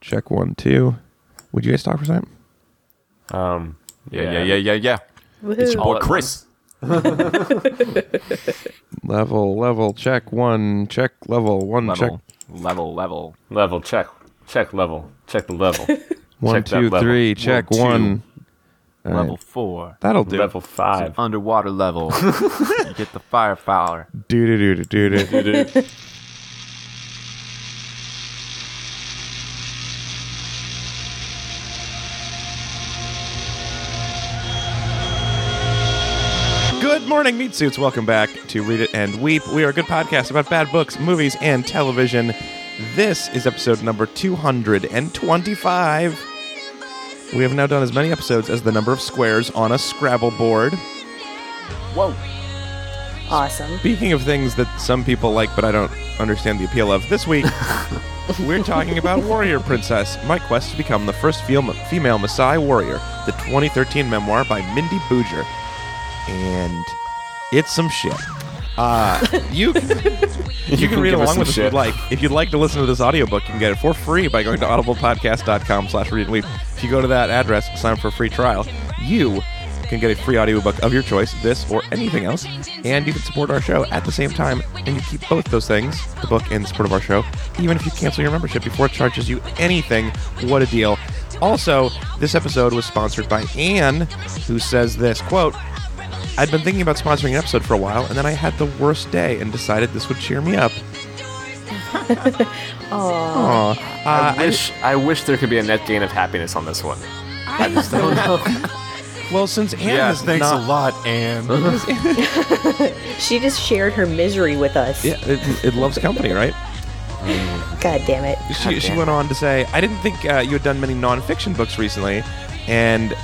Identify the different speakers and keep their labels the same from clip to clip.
Speaker 1: Check one, two. Would you guys talk for a second?
Speaker 2: Um,
Speaker 3: Yeah, yeah, yeah, yeah, yeah. It's your
Speaker 2: All
Speaker 3: boy
Speaker 2: at
Speaker 3: Chris.
Speaker 1: Level, level, check one, check level, one, check
Speaker 3: Level, level, level.
Speaker 2: Level check. Check level. Check the level.
Speaker 1: one,
Speaker 2: check that
Speaker 1: two,
Speaker 2: level.
Speaker 1: three, check
Speaker 3: two.
Speaker 1: one. All right.
Speaker 3: Level four.
Speaker 1: That'll do.
Speaker 2: level five.
Speaker 3: Underwater level. you get the firepower.
Speaker 1: Do do do do do do. Good morning, meat suits. Welcome back to Read It and Weep. We are a good podcast about bad books, movies, and television. This is episode number 225. We have now done as many episodes as the number of squares on a Scrabble board.
Speaker 3: Whoa.
Speaker 4: Awesome.
Speaker 1: Speaking of things that some people like but I don't understand the appeal of, this week we're talking about Warrior Princess, my quest to become the first fem- female Maasai warrior, the 2013 memoir by Mindy Booger. And it's some shit. Uh, you can, you can
Speaker 2: can
Speaker 1: read
Speaker 2: give us
Speaker 1: along
Speaker 2: some
Speaker 1: with us if you'd
Speaker 2: shit.
Speaker 1: like. If you'd like to listen to this audiobook, you can get it for free by going to audiblepodcast.com slash read and weep. If you go to that address, sign up for a free trial, you can get a free audiobook of your choice, this or anything else, and you can support our show at the same time, and you keep both those things, the book and the support of our show, even if you cancel your membership before it charges you anything. What a deal. Also, this episode was sponsored by Anne, who says this, quote, I'd been thinking about sponsoring an episode for a while, and then I had the worst day and decided this would cheer me up.
Speaker 4: Oh,
Speaker 1: Aw. Uh,
Speaker 2: I
Speaker 1: I-
Speaker 2: wish I wish there could be a net gain of happiness on this one.
Speaker 3: I just don't know.
Speaker 1: well, since Anne
Speaker 3: yeah,
Speaker 1: is
Speaker 3: thanks
Speaker 1: not,
Speaker 3: a lot, Anne.
Speaker 4: she just shared her misery with us.
Speaker 1: Yeah, it, it loves company, right?
Speaker 4: God damn it.
Speaker 1: She, she went on to say, I didn't think uh, you had done many nonfiction books recently, and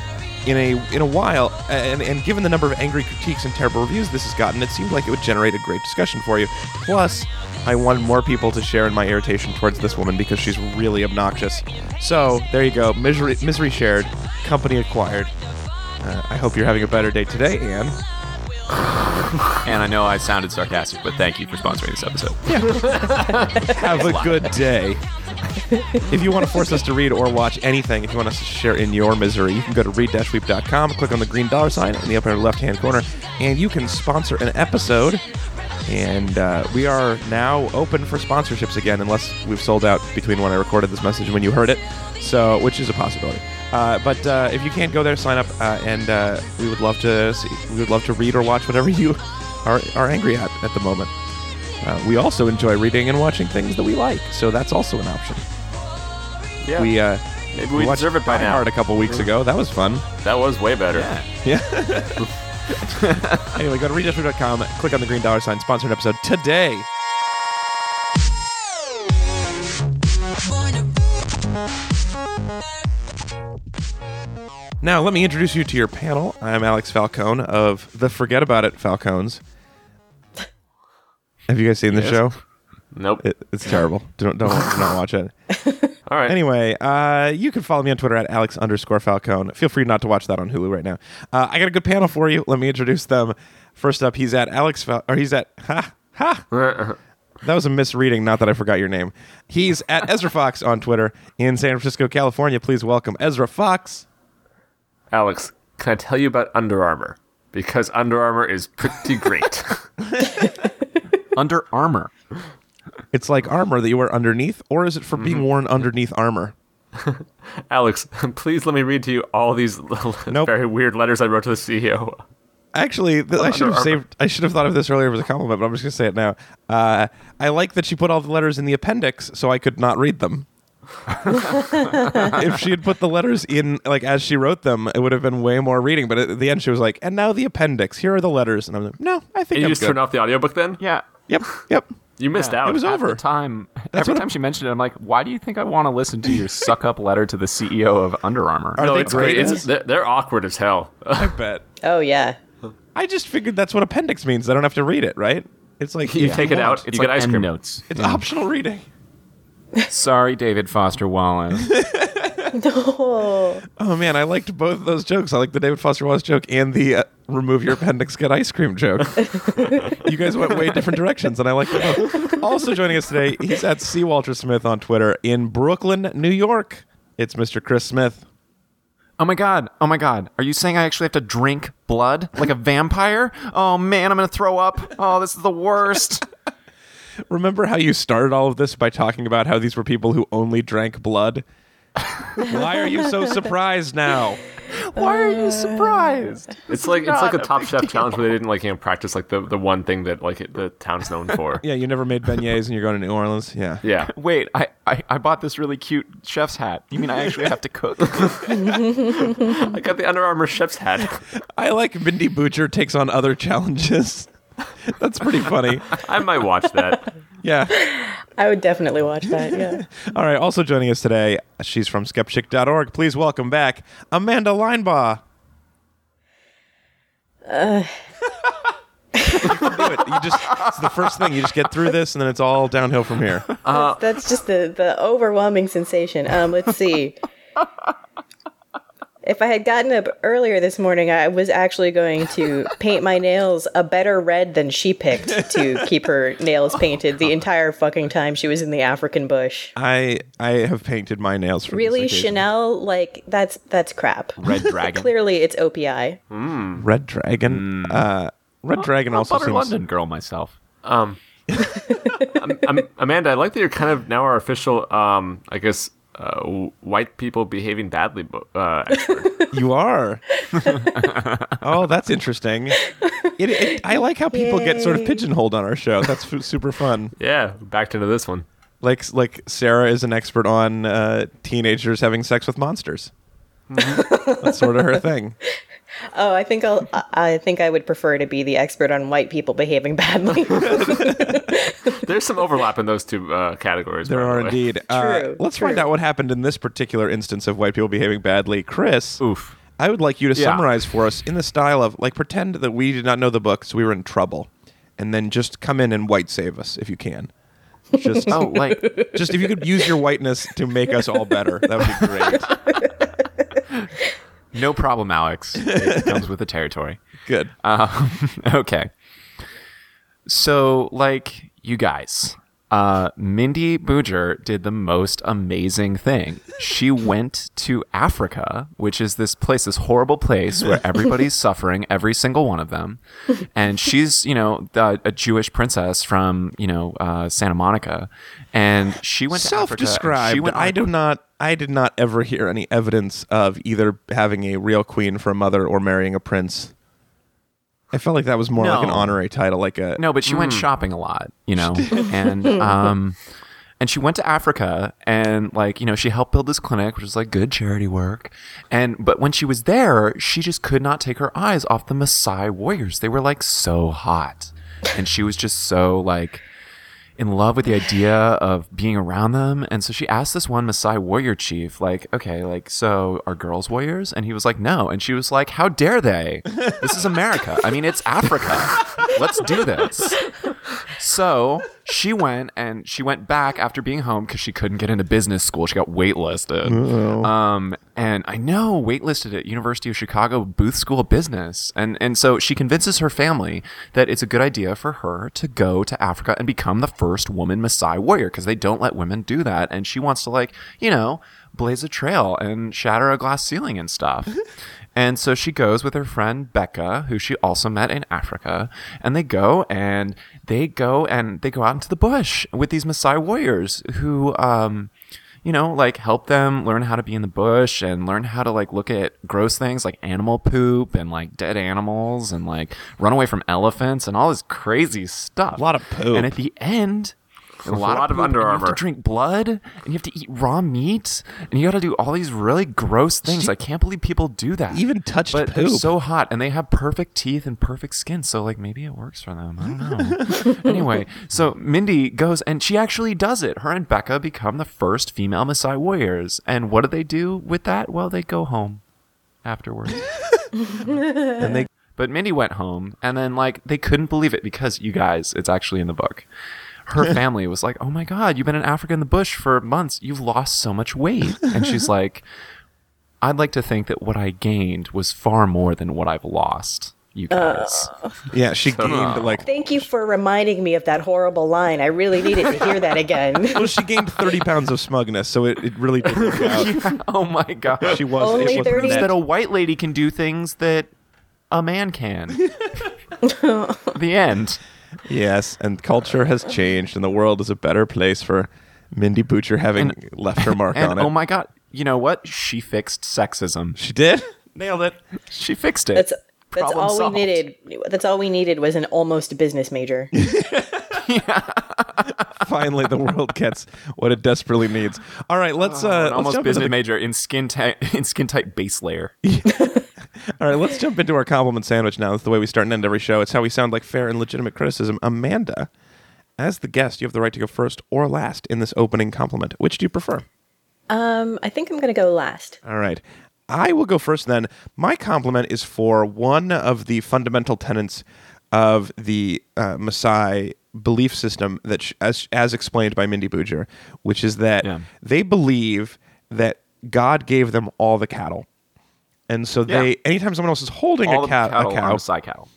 Speaker 1: in a in a while, and, and given the number of angry critiques and terrible reviews this has gotten, it seemed like it would generate a great discussion for you. Plus, I wanted more people to share in my irritation towards this woman because she's really obnoxious. So there you go, misery misery shared, company acquired. Uh, I hope you're having a better day today, Anne.
Speaker 3: and I know I sounded sarcastic, but thank you for sponsoring this episode.
Speaker 1: Have a good day. if you want to force us to read or watch anything, if you want us to share in your misery, you can go to read-weep.com, click on the green dollar sign in the upper left-hand corner, and you can sponsor an episode. And uh, we are now open for sponsorships again, unless we've sold out between when I recorded this message and when you heard it, so which is a possibility. Uh, but uh, if you can't go there, sign up, uh, and uh, we would love to see, we would love to read or watch whatever you are, are angry at at the moment. Uh, we also enjoy reading and watching things that we like, so that's also an option.
Speaker 2: Yeah,
Speaker 1: We uh,
Speaker 2: maybe we
Speaker 1: watched
Speaker 2: deserve it by
Speaker 1: Die
Speaker 2: now.
Speaker 1: Hard a couple weeks ago. That was fun.
Speaker 2: That was way better.
Speaker 3: Yeah.
Speaker 1: Anyway, go to readjustment.com, click on the green dollar sign, sponsored episode today. Now, let me introduce you to your panel. I'm Alex Falcone of the Forget About It Falcones. Have you guys seen the
Speaker 2: Yes.
Speaker 1: show?
Speaker 2: Nope.
Speaker 1: It, it's terrible. Don't don't do not watch it.
Speaker 2: All right.
Speaker 1: Anyway, uh, you can follow me on Twitter at Alex underscore Falcone. Feel free not to watch that on Hulu right now. Uh, I got a good panel for you. Let me introduce them. First up, he's at Alex, Fal- or he's at, ha, ha. That was a misreading, not that I forgot your name. He's at Ezra Fox on Twitter in San Francisco, California. Please welcome Ezra Fox.
Speaker 2: Alex, can I tell you about Under Armour? Because Under Armour is pretty great.
Speaker 3: Under Armour.
Speaker 1: It's like armor that you wear underneath, or is it for
Speaker 2: Mm-hmm.
Speaker 1: being worn underneath armor?
Speaker 2: Alex, please let me read to you all these little
Speaker 1: Nope.
Speaker 2: very weird letters I wrote to the E CEO.
Speaker 1: Actually, th- I should have
Speaker 2: Armour.
Speaker 1: saved. I should have thought of this earlier as a compliment, but I'm just going to say it now. Uh, I like that she put all the letters in the appendix, so I could not read them. if she had put the letters in like as she wrote them, it would have been way more reading. But at the end, she was like, "And now the appendix. Here are the letters." And I'm like, "No, I think
Speaker 2: You
Speaker 1: I'm
Speaker 2: just
Speaker 1: good."
Speaker 2: turn off the audiobook then?
Speaker 3: Yeah.
Speaker 1: Yep, yep.
Speaker 2: You missed out.
Speaker 1: It was
Speaker 3: Half
Speaker 1: over.
Speaker 3: the time,
Speaker 1: what
Speaker 3: every
Speaker 1: I'm-
Speaker 3: time she mentioned it, I'm like, why do you think I want to listen to your suck up letter to the CEO of Under Armour?
Speaker 1: Are
Speaker 2: no,
Speaker 1: they
Speaker 2: it's great.
Speaker 1: great?
Speaker 2: It's, they're, they're awkward as hell.
Speaker 1: I bet.
Speaker 4: Oh, yeah.
Speaker 1: I just figured that's what appendix means. I don't have to read it, right? It's like
Speaker 2: You
Speaker 1: if
Speaker 2: take it
Speaker 1: want.
Speaker 2: out,
Speaker 3: it's
Speaker 2: you
Speaker 3: like
Speaker 2: get ice cream.
Speaker 3: notes.
Speaker 1: It's optional reading.
Speaker 3: Sorry, David Foster Wallace.
Speaker 4: No.
Speaker 1: Oh man, I liked both of those jokes. I like the David Foster Wallace joke and the uh, remove your appendix, get ice cream joke. you guys went way different directions, and I like them both. Also joining us today, he's at C. Walter Smith on Twitter in Brooklyn, New York. It's Mr. Chris Smith.
Speaker 3: Oh my god. Oh my god. Are you saying I actually have to drink blood like a vampire? Oh man, I'm going to throw up. Oh, this is the worst.
Speaker 1: Remember how you started all of this by talking about how these were people who only drank blood? Why are you so surprised now?
Speaker 3: Why are you surprised?
Speaker 2: It's like it's like
Speaker 3: not
Speaker 2: the
Speaker 3: a
Speaker 2: Top Chef challenge where they didn't like you know practice like the, the one thing that like it, the town's known for.
Speaker 1: Yeah, you never made beignets and you're going to New Orleans. Yeah.
Speaker 2: yeah.
Speaker 3: Wait, I, I, I bought this really cute chef's hat. You mean I actually have to cook?
Speaker 2: I got the Under Armour chef's hat.
Speaker 1: I like Mindy Butcher takes on other challenges. That's pretty funny.
Speaker 2: I might watch that.
Speaker 1: Yeah.
Speaker 4: I would definitely watch that. Yeah.
Speaker 1: All right. Also joining us today, she's from skeptic.org. Please welcome back Amanda Linebaugh.
Speaker 3: Uh.
Speaker 1: you can do it. You just, it's the first thing. You just get through this, and then it's all downhill from here.
Speaker 4: That's just the, the overwhelming sensation. Um, let's see. If I had gotten up earlier this morning, I was actually going to paint my nails a better red than she picked to keep her nails painted the entire fucking time she was in the African bush.
Speaker 1: I I have painted my nails for this
Speaker 4: Really,
Speaker 1: occasion.
Speaker 4: Chanel? Like that's that's crap.
Speaker 3: Red dragon.
Speaker 4: Clearly, it's OPI.
Speaker 1: Red Dragon. Uh, Red Dragon also
Speaker 3: Mm. Oh, Butter
Speaker 1: seems.
Speaker 3: London girl myself.
Speaker 2: Um, Amanda, I like that you're kind of now our official, um, I guess, uh, w- white people behaving badly bo- uh, expert.
Speaker 1: You are. oh, that's interesting. It, it, I like how people get sort of
Speaker 4: Yay.
Speaker 1: pigeonholed on our show. That's f- super fun.
Speaker 2: yeah, backed into this one.
Speaker 1: Like like Sarah is an expert on uh, teenagers having sex with monsters.
Speaker 2: Mm-hmm.
Speaker 1: That's sort of her thing.
Speaker 4: Oh, I think I'll. I- I think I would prefer to be the expert on white people behaving badly.
Speaker 2: There's some overlap in those two uh, categories.
Speaker 1: There
Speaker 2: by the
Speaker 1: are
Speaker 2: way.
Speaker 1: indeed. Uh,
Speaker 4: True,
Speaker 1: let's find
Speaker 4: true.
Speaker 1: out what happened in this particular instance of white people behaving badly. Chris,
Speaker 2: Oof.
Speaker 1: I would like you to
Speaker 2: Yeah.
Speaker 1: summarize for us in the style of like pretend that we did not know the book, so we were in trouble, and then just come in and white save us if you can. Just
Speaker 3: Oh, like
Speaker 1: just if you could use your whiteness to make us all better, that would be great.
Speaker 3: no problem, Alex. It comes with the territory.
Speaker 1: Good.
Speaker 3: Um, okay. So, like, you guys, uh, Mindy Booger did the most amazing thing. She went to Africa, which is this place, this horrible place where everybody's suffering, every single one of them. And she's, you know, the, a Jewish princess from, you know, uh, Santa Monica. And she went to Africa. and
Speaker 1: Self-described.
Speaker 3: She went on
Speaker 1: I
Speaker 3: a
Speaker 1: do not. I did not ever hear any evidence of either having a real queen for a mother or marrying a prince. I felt like that was more like an
Speaker 3: No.
Speaker 1: honorary title, like a
Speaker 3: No, but she went shopping a lot, you know, and um, and she went to Africa and like you know she helped build this clinic, which was like good charity work. And but when she was there, she just could not take her eyes off the Maasai warriors. They were like so hot, and she was just so like in love with the idea of being around them. And so she asked this one Maasai warrior chief, like, okay, like, so are girls warriors? And he was like, no. And she was like, how dare they? This is America. I mean, it's Africa. Let's do this. So she went and she went back after being home because she couldn't get into business school. She got waitlisted. Um, and I know waitlisted at University of Chicago Booth School of Business. And and so she convinces her family that it's a good idea for her to go to Africa and become the first woman Maasai warrior because they don't let women do that. And she wants to like you know blaze a trail and shatter a glass ceiling and stuff. And so she goes with her friend Becca, who she also met in Africa, and they go and they go and they go out into the bush with these Maasai warriors who, um, you know, like help them learn how to be in the bush and learn how to like look at gross things like animal poop and like dead animals and like run away from elephants and all this crazy stuff.
Speaker 1: A lot of poop.
Speaker 3: And at the end, a lot,
Speaker 2: lot of
Speaker 3: of, poop, and
Speaker 2: Under
Speaker 3: You have to
Speaker 2: Armour.
Speaker 3: drink blood and you have to eat raw meat and you got to do all these really gross things. I can't believe people do that
Speaker 1: even touched
Speaker 3: but they're
Speaker 1: poop.
Speaker 3: so hot and they have perfect teeth and perfect skin so like maybe it works for them i don't know anyway so mindy goes and she actually does it her and becca become the first female Maasai warriors and what do they do with that well they go home afterwards
Speaker 1: and they
Speaker 3: but mindy went home and then like they couldn't believe it because you guys it's actually in the book her family was like, "Oh my god, you've been in Africa in the bush for months. You've lost so much weight." And she's like, "I'd like to think that what I gained was far more than what I've lost." You guys.
Speaker 1: Yeah, she gained like
Speaker 4: Thank you for reminding me of that horrible line. I really needed to hear that again.
Speaker 1: well, she gained thirty pounds of smugness, so it, it really did work out.
Speaker 3: oh my gosh.
Speaker 1: She was
Speaker 4: Only
Speaker 1: it was
Speaker 4: 30?
Speaker 1: net-
Speaker 3: that a white lady can do things that a man can. the end.
Speaker 1: Yes, and culture has changed, and the world is a better place for Mindy Butcher having left her mark
Speaker 3: And
Speaker 1: on it.
Speaker 3: oh my god, you know what? She fixed sexism.
Speaker 1: she did.
Speaker 3: Nailed it. She fixed it.
Speaker 4: That's that's
Speaker 3: Problem
Speaker 4: all
Speaker 3: solved.
Speaker 4: we needed. That's all we needed was an almost business major.
Speaker 1: Finally, the world gets what it desperately needs. All right, let's uh,
Speaker 3: An
Speaker 1: let's
Speaker 3: Oh, almost
Speaker 1: jump into
Speaker 3: business
Speaker 1: the
Speaker 3: major in skin tight in skin tight base layer.
Speaker 1: All right, let's jump into our compliment sandwich now. That's the way we start and end every show. It's how we sound like fair and legitimate criticism. Amanda, as the guest, you have the right to go first or last in this opening compliment. Which do you prefer?
Speaker 4: Um, I think I'm gonna go last.
Speaker 1: All right. I will go first then. My compliment is for one of the fundamental tenets of the uh, Maasai belief system that sh- as as explained by Mindy Booger, which is that
Speaker 3: Yeah.
Speaker 1: they believe that God gave them all the cattle. And so they
Speaker 3: Yeah.
Speaker 1: anytime someone else is holding
Speaker 3: All
Speaker 1: a,
Speaker 3: the
Speaker 1: ca-
Speaker 3: cattle
Speaker 1: a
Speaker 3: are
Speaker 1: cow,
Speaker 3: Maasai cattle.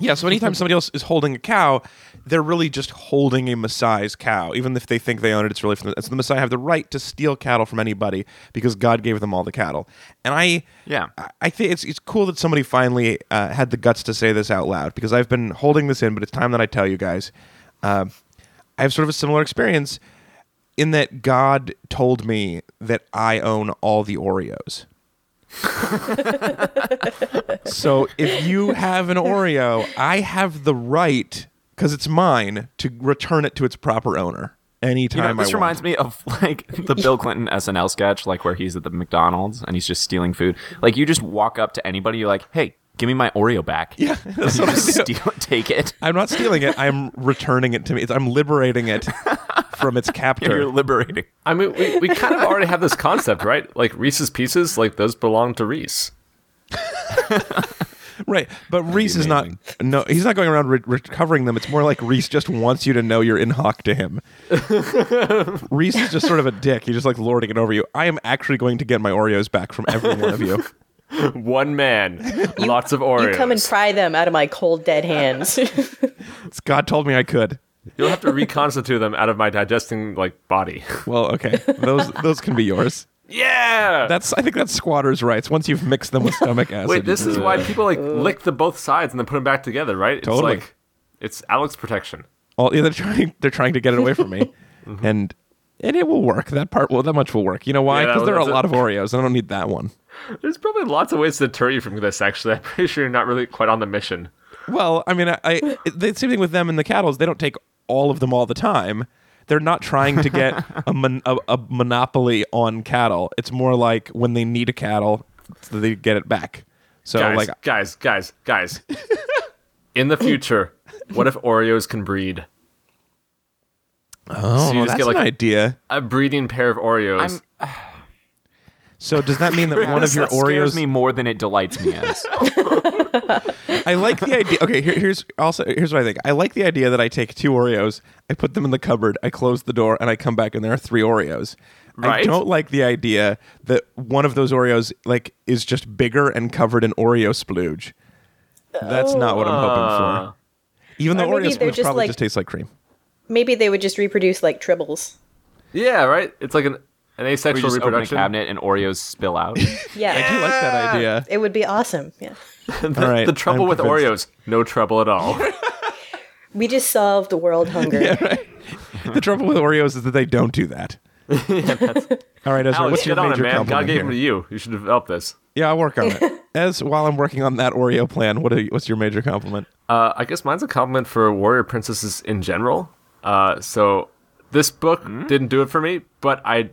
Speaker 1: yeah, so anytime somebody else is holding a cow, they're really just holding a Maasai's cow. Even if they think they own it, it's really from the, so the Maasai have the right to steal cattle from anybody because God gave them all the cattle. And I,
Speaker 3: Yeah.
Speaker 1: I- I think it's it's cool that somebody finally uh, had the guts to say this out loud because I've been holding this in, but it's time that I tell you guys. Uh, I have sort of a similar experience in that God told me that I own all the Oreos. So if you have an Oreo, I have the right because it's mine to return it to its proper owner
Speaker 3: You
Speaker 1: anytime
Speaker 3: know, this
Speaker 1: I
Speaker 3: reminds
Speaker 1: want.
Speaker 3: me of like the Bill Clinton SNL sketch, like where he's at the McDonald's and he's just stealing food. Like you just walk up to anybody, you're like, "Hey, give me my Oreo back."
Speaker 1: Yeah, that's what I do.
Speaker 3: steal it, take it.
Speaker 1: I'm not stealing it. I'm returning it to me. It's- I'm liberating it from its captor.
Speaker 3: You're liberating.
Speaker 2: I mean, we, we kind of already have this concept, right? Like Reese's Pieces, like those belong to Reese.
Speaker 1: right, but Reese is not. No, he's not going around re- recovering them. It's more like Reese just wants you to know you're in hock to him. Reese is just sort of a dick. He's just like lording it over you. I am actually going to get my Oreos back from every one of you.
Speaker 2: One man, lots of Oreos.
Speaker 4: You come and pry them out of my cold dead hands.
Speaker 1: It's- God told me I could.
Speaker 2: You'll have to reconstitute them out of my digesting like body.
Speaker 1: Well, okay, those those can be yours.
Speaker 2: yeah.
Speaker 1: That's I think that's squatters' rights. Once you've mixed them with stomach acid.
Speaker 2: Wait, this
Speaker 1: you
Speaker 2: is
Speaker 1: can-
Speaker 2: why people like lick the both sides and then put them back together, right? It's
Speaker 1: Totally.
Speaker 2: like it's Alex protection.
Speaker 1: All, yeah, they're trying they're trying to get it away from me, and and it will work. That part will that much will work. You know why?
Speaker 2: Mm-hmm. Yeah,
Speaker 1: Because there are a
Speaker 2: that's it.
Speaker 1: lot of Oreos. I don't need that one.
Speaker 2: There's probably lots of ways to deter you from this. Actually, I'm pretty sure you're not really quite on the mission.
Speaker 1: Well, I mean, I, I it- the same thing with them and the cattles. They don't take all of them all the time. They're not trying to get a, mon- a, a monopoly on cattle. It's more like when they need a cattle, they get it back. So
Speaker 2: Guys,
Speaker 1: like
Speaker 2: guys, guys, guys. In the future, what if Oreos can breed?
Speaker 1: oh,
Speaker 2: so you just
Speaker 1: that's
Speaker 2: get, like-
Speaker 1: an idea.
Speaker 2: A breeding pair of Oreos.
Speaker 3: I'm-
Speaker 1: So does that mean that one of your
Speaker 3: That scares
Speaker 1: Oreos
Speaker 3: me more than it delights me as.
Speaker 1: I like the idea. Okay, here, here's also here's what I think. I like the idea that I take two Oreos, I put them in the cupboard, I close the door, and I come back and there are three Oreos. I
Speaker 2: Right.
Speaker 1: don't like the idea that one of those Oreos like is just bigger and covered in Oreo splooge. That's not what I'm
Speaker 2: Oh.
Speaker 1: hoping for. Even though
Speaker 4: Or maybe
Speaker 1: Oreo
Speaker 4: they're
Speaker 1: splooge
Speaker 4: just
Speaker 1: probably
Speaker 4: like-
Speaker 1: just tastes like cream.
Speaker 4: Maybe they would just reproduce like tribbles.
Speaker 2: yeah, right. It's like an an
Speaker 3: We
Speaker 2: asexual
Speaker 3: just open a
Speaker 2: reproduction.
Speaker 3: cabinet and Oreos spill out.
Speaker 4: Yeah,
Speaker 1: I do like
Speaker 4: Ah.
Speaker 1: that idea.
Speaker 4: it would be awesome. Yeah,
Speaker 2: the,
Speaker 1: All right,
Speaker 2: the trouble
Speaker 1: I'm
Speaker 2: with
Speaker 1: convinced.
Speaker 2: Oreos, no trouble at all.
Speaker 4: we just solved world hunger.
Speaker 1: The trouble with Oreos is that they don't do that. All right, Ezra,
Speaker 2: Alex,
Speaker 1: what's your
Speaker 2: get on it,
Speaker 1: major
Speaker 2: man. God
Speaker 1: compliment
Speaker 2: gave
Speaker 1: here?
Speaker 2: them to you. You should develop this.
Speaker 1: Yeah, I'll work on it. As while I'm working on that Oreo plan, what are, you- what's your major compliment?
Speaker 2: Uh, I guess mine's a compliment for warrior princesses in general. Uh, so this book
Speaker 3: Hmm?
Speaker 2: didn't do it for me, but I,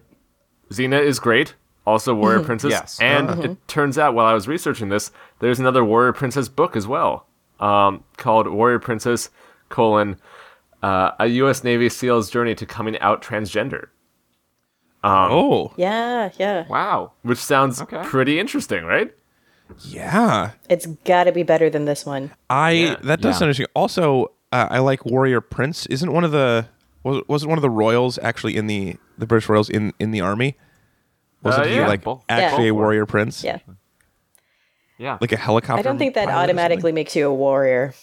Speaker 2: Xena is great. Also, warrior princess.
Speaker 3: Yes. Uh-huh.
Speaker 2: And it turns out while I was researching this, there's another warrior princess book as well, um, called Warrior Princess: colon, uh, A U.S. Navy SEAL's Journey to Coming Out Transgender,
Speaker 1: oh,
Speaker 4: Yeah, yeah.
Speaker 3: Um, Wow.
Speaker 2: which sounds
Speaker 3: Okay.
Speaker 2: pretty interesting, right?
Speaker 1: Yeah.
Speaker 4: It's got to be better than this one.
Speaker 1: I that does
Speaker 3: Yeah.
Speaker 1: sound interesting. Also, uh, I like Warrior Prince. Isn't one of the was wasn't one of the royals actually in the the British royals in in the army? Wasn't he
Speaker 2: yeah.
Speaker 1: like
Speaker 2: Both.
Speaker 1: actually
Speaker 2: Yeah.
Speaker 1: a warrior prince?
Speaker 4: Yeah.
Speaker 2: Yeah.
Speaker 1: like a helicopter.
Speaker 4: I don't think that
Speaker 1: pilot or something?
Speaker 4: automatically makes you a warrior.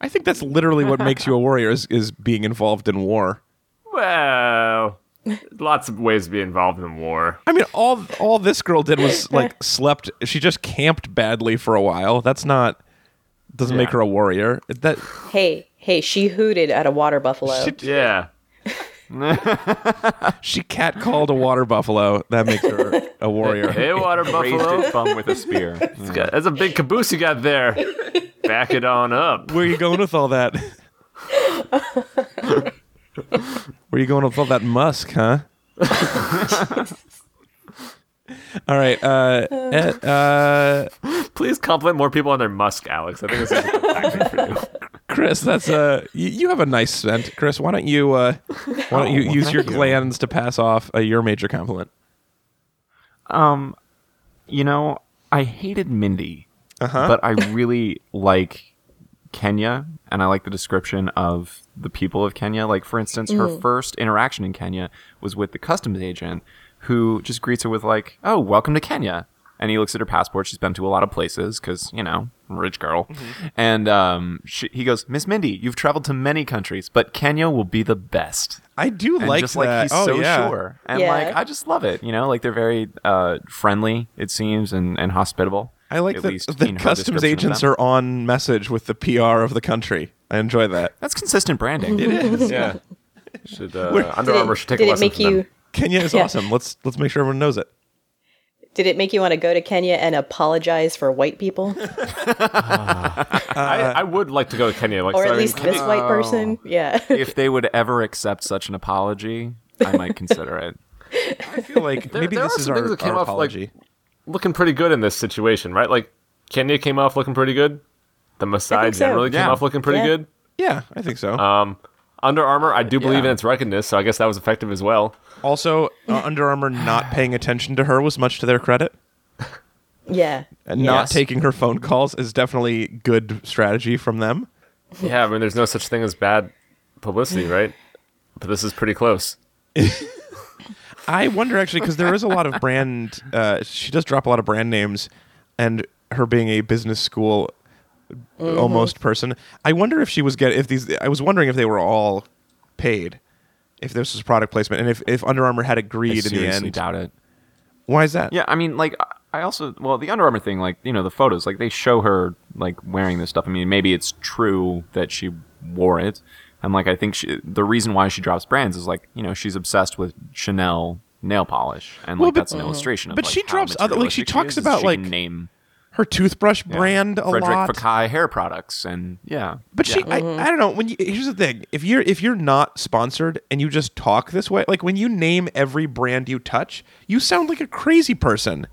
Speaker 1: I think that's literally what makes you a warrior is is being involved in war.
Speaker 2: well, lots of ways to be involved in war.
Speaker 1: I mean, all all this girl did was like slept. She just camped badly for a while. That's not doesn't make
Speaker 2: Yeah.
Speaker 1: her a warrior. That
Speaker 4: Hey, hey, she hooted at a water buffalo.
Speaker 1: she,
Speaker 2: Yeah.
Speaker 1: she cat called a water buffalo. That makes her a warrior.
Speaker 2: Hey, water buffalo.
Speaker 3: Raised his bum with a spear. Yeah.
Speaker 2: God, That's a big caboose you got there. Back it on up.
Speaker 1: Where are you going with all that? Where are you going with all that musk, huh? all right, uh, Ed, uh,
Speaker 2: Please compliment more people on their musk, Alex. I think this is a good tactic for you.
Speaker 1: Chris, that's uh, you, you have a nice scent, Chris. Why don't you uh, why don't you
Speaker 3: Oh, well,
Speaker 1: use your
Speaker 3: thank you.
Speaker 1: glands to pass off uh, your major compliment?
Speaker 3: Um, you know, I hated Mindy, but I really like Kenya, and I like the description of the people of Kenya. Like, for instance, her first interaction in Kenya was with the customs agent, who just greets her with like, "Oh, welcome to Kenya." And he looks at her passport. She's been to a lot of places because, you know, rich girl. And um, she, he goes, Miss Mindy, you've traveled to many countries, but Kenya will be the best
Speaker 1: I do
Speaker 3: and
Speaker 1: like
Speaker 3: just
Speaker 1: that.
Speaker 3: like he's
Speaker 1: oh,
Speaker 3: so
Speaker 1: yeah.
Speaker 3: sure and
Speaker 4: Yeah.
Speaker 3: like i just love it you know like they're very uh friendly it seems and and hospitable
Speaker 1: I like
Speaker 3: at
Speaker 1: that
Speaker 3: least
Speaker 1: the
Speaker 3: in her
Speaker 1: customs
Speaker 3: description of
Speaker 1: agents
Speaker 3: them.
Speaker 1: are on message with the PR of the country. I enjoy that.
Speaker 3: that's consistent branding
Speaker 2: Yeah. Should, uh,
Speaker 1: Where-
Speaker 2: Under
Speaker 4: Did it-
Speaker 2: Armour should take
Speaker 4: did
Speaker 2: a
Speaker 4: it
Speaker 2: lesson
Speaker 4: make
Speaker 2: from them.
Speaker 4: you
Speaker 1: Kenya is
Speaker 4: Yeah.
Speaker 1: awesome. Let's let's make sure everyone knows it.
Speaker 4: did it make you want to go to Kenya and apologize for white people?
Speaker 2: I, I would like to go to Kenya. Like,
Speaker 4: uh, Or
Speaker 2: so I
Speaker 4: at
Speaker 2: mean,
Speaker 4: least this white person? Yeah.
Speaker 3: if they would ever accept such an apology i might consider it
Speaker 1: I feel like maybe
Speaker 2: there
Speaker 1: this
Speaker 2: are
Speaker 1: is
Speaker 2: some
Speaker 1: our,
Speaker 2: things that came
Speaker 1: our
Speaker 2: off, like-
Speaker 1: apology.
Speaker 2: looking pretty good in this situation, right? Like Kenya came off looking pretty good. The Maasai
Speaker 4: so.
Speaker 2: generally came
Speaker 3: Yeah.
Speaker 2: off looking pretty
Speaker 4: Yeah.
Speaker 2: good. Um,
Speaker 1: yeah, I think so.
Speaker 2: Under Armour, I do believe
Speaker 3: Yeah.
Speaker 2: in its ruggedness, so I guess that was effective as well.
Speaker 1: also, uh, Under Armour not paying attention to her was much to their credit.
Speaker 4: yeah.
Speaker 1: And not
Speaker 3: Yes.
Speaker 1: taking her phone calls is definitely good strategy from them.
Speaker 2: Yeah, I mean, there's no such thing as bad publicity, right? But this is pretty close.
Speaker 1: I wonder actually because there is a lot of brand. Uh, she does drop a lot of brand names, and her being a business school
Speaker 2: Mm-hmm.
Speaker 1: almost person. I wonder if she was get if these. I was wondering if they were all paid, if this was product placement, and if if Under Armour had
Speaker 3: i
Speaker 1: agreed in the
Speaker 3: seriously
Speaker 1: end.
Speaker 3: doubt it
Speaker 1: Why is that?
Speaker 3: yeah i mean like I- i also well the under armor thing like you know the photos like they show her like wearing this stuff i mean maybe it's true that she wore it and like i think she, the reason why she drops brands is like you know she's obsessed with chanel nail polish and like
Speaker 1: Well, but- Mm-hmm.
Speaker 3: that's an illustration of
Speaker 1: but
Speaker 3: like,
Speaker 1: she
Speaker 3: how
Speaker 1: drops other- like, she
Speaker 3: materialistic
Speaker 1: talks
Speaker 3: is, is
Speaker 1: about,
Speaker 3: she can
Speaker 1: like,
Speaker 3: name
Speaker 1: Her toothbrush brand a
Speaker 3: Frederick
Speaker 1: lot.
Speaker 3: Fakai hair products and yeah
Speaker 1: But she,
Speaker 3: Yeah.
Speaker 1: I,
Speaker 4: Mm-hmm.
Speaker 1: I don't know. When you, here's the thing: if you're if you're not sponsored and you just talk this way, like when you name every brand you touch, you sound like a crazy person.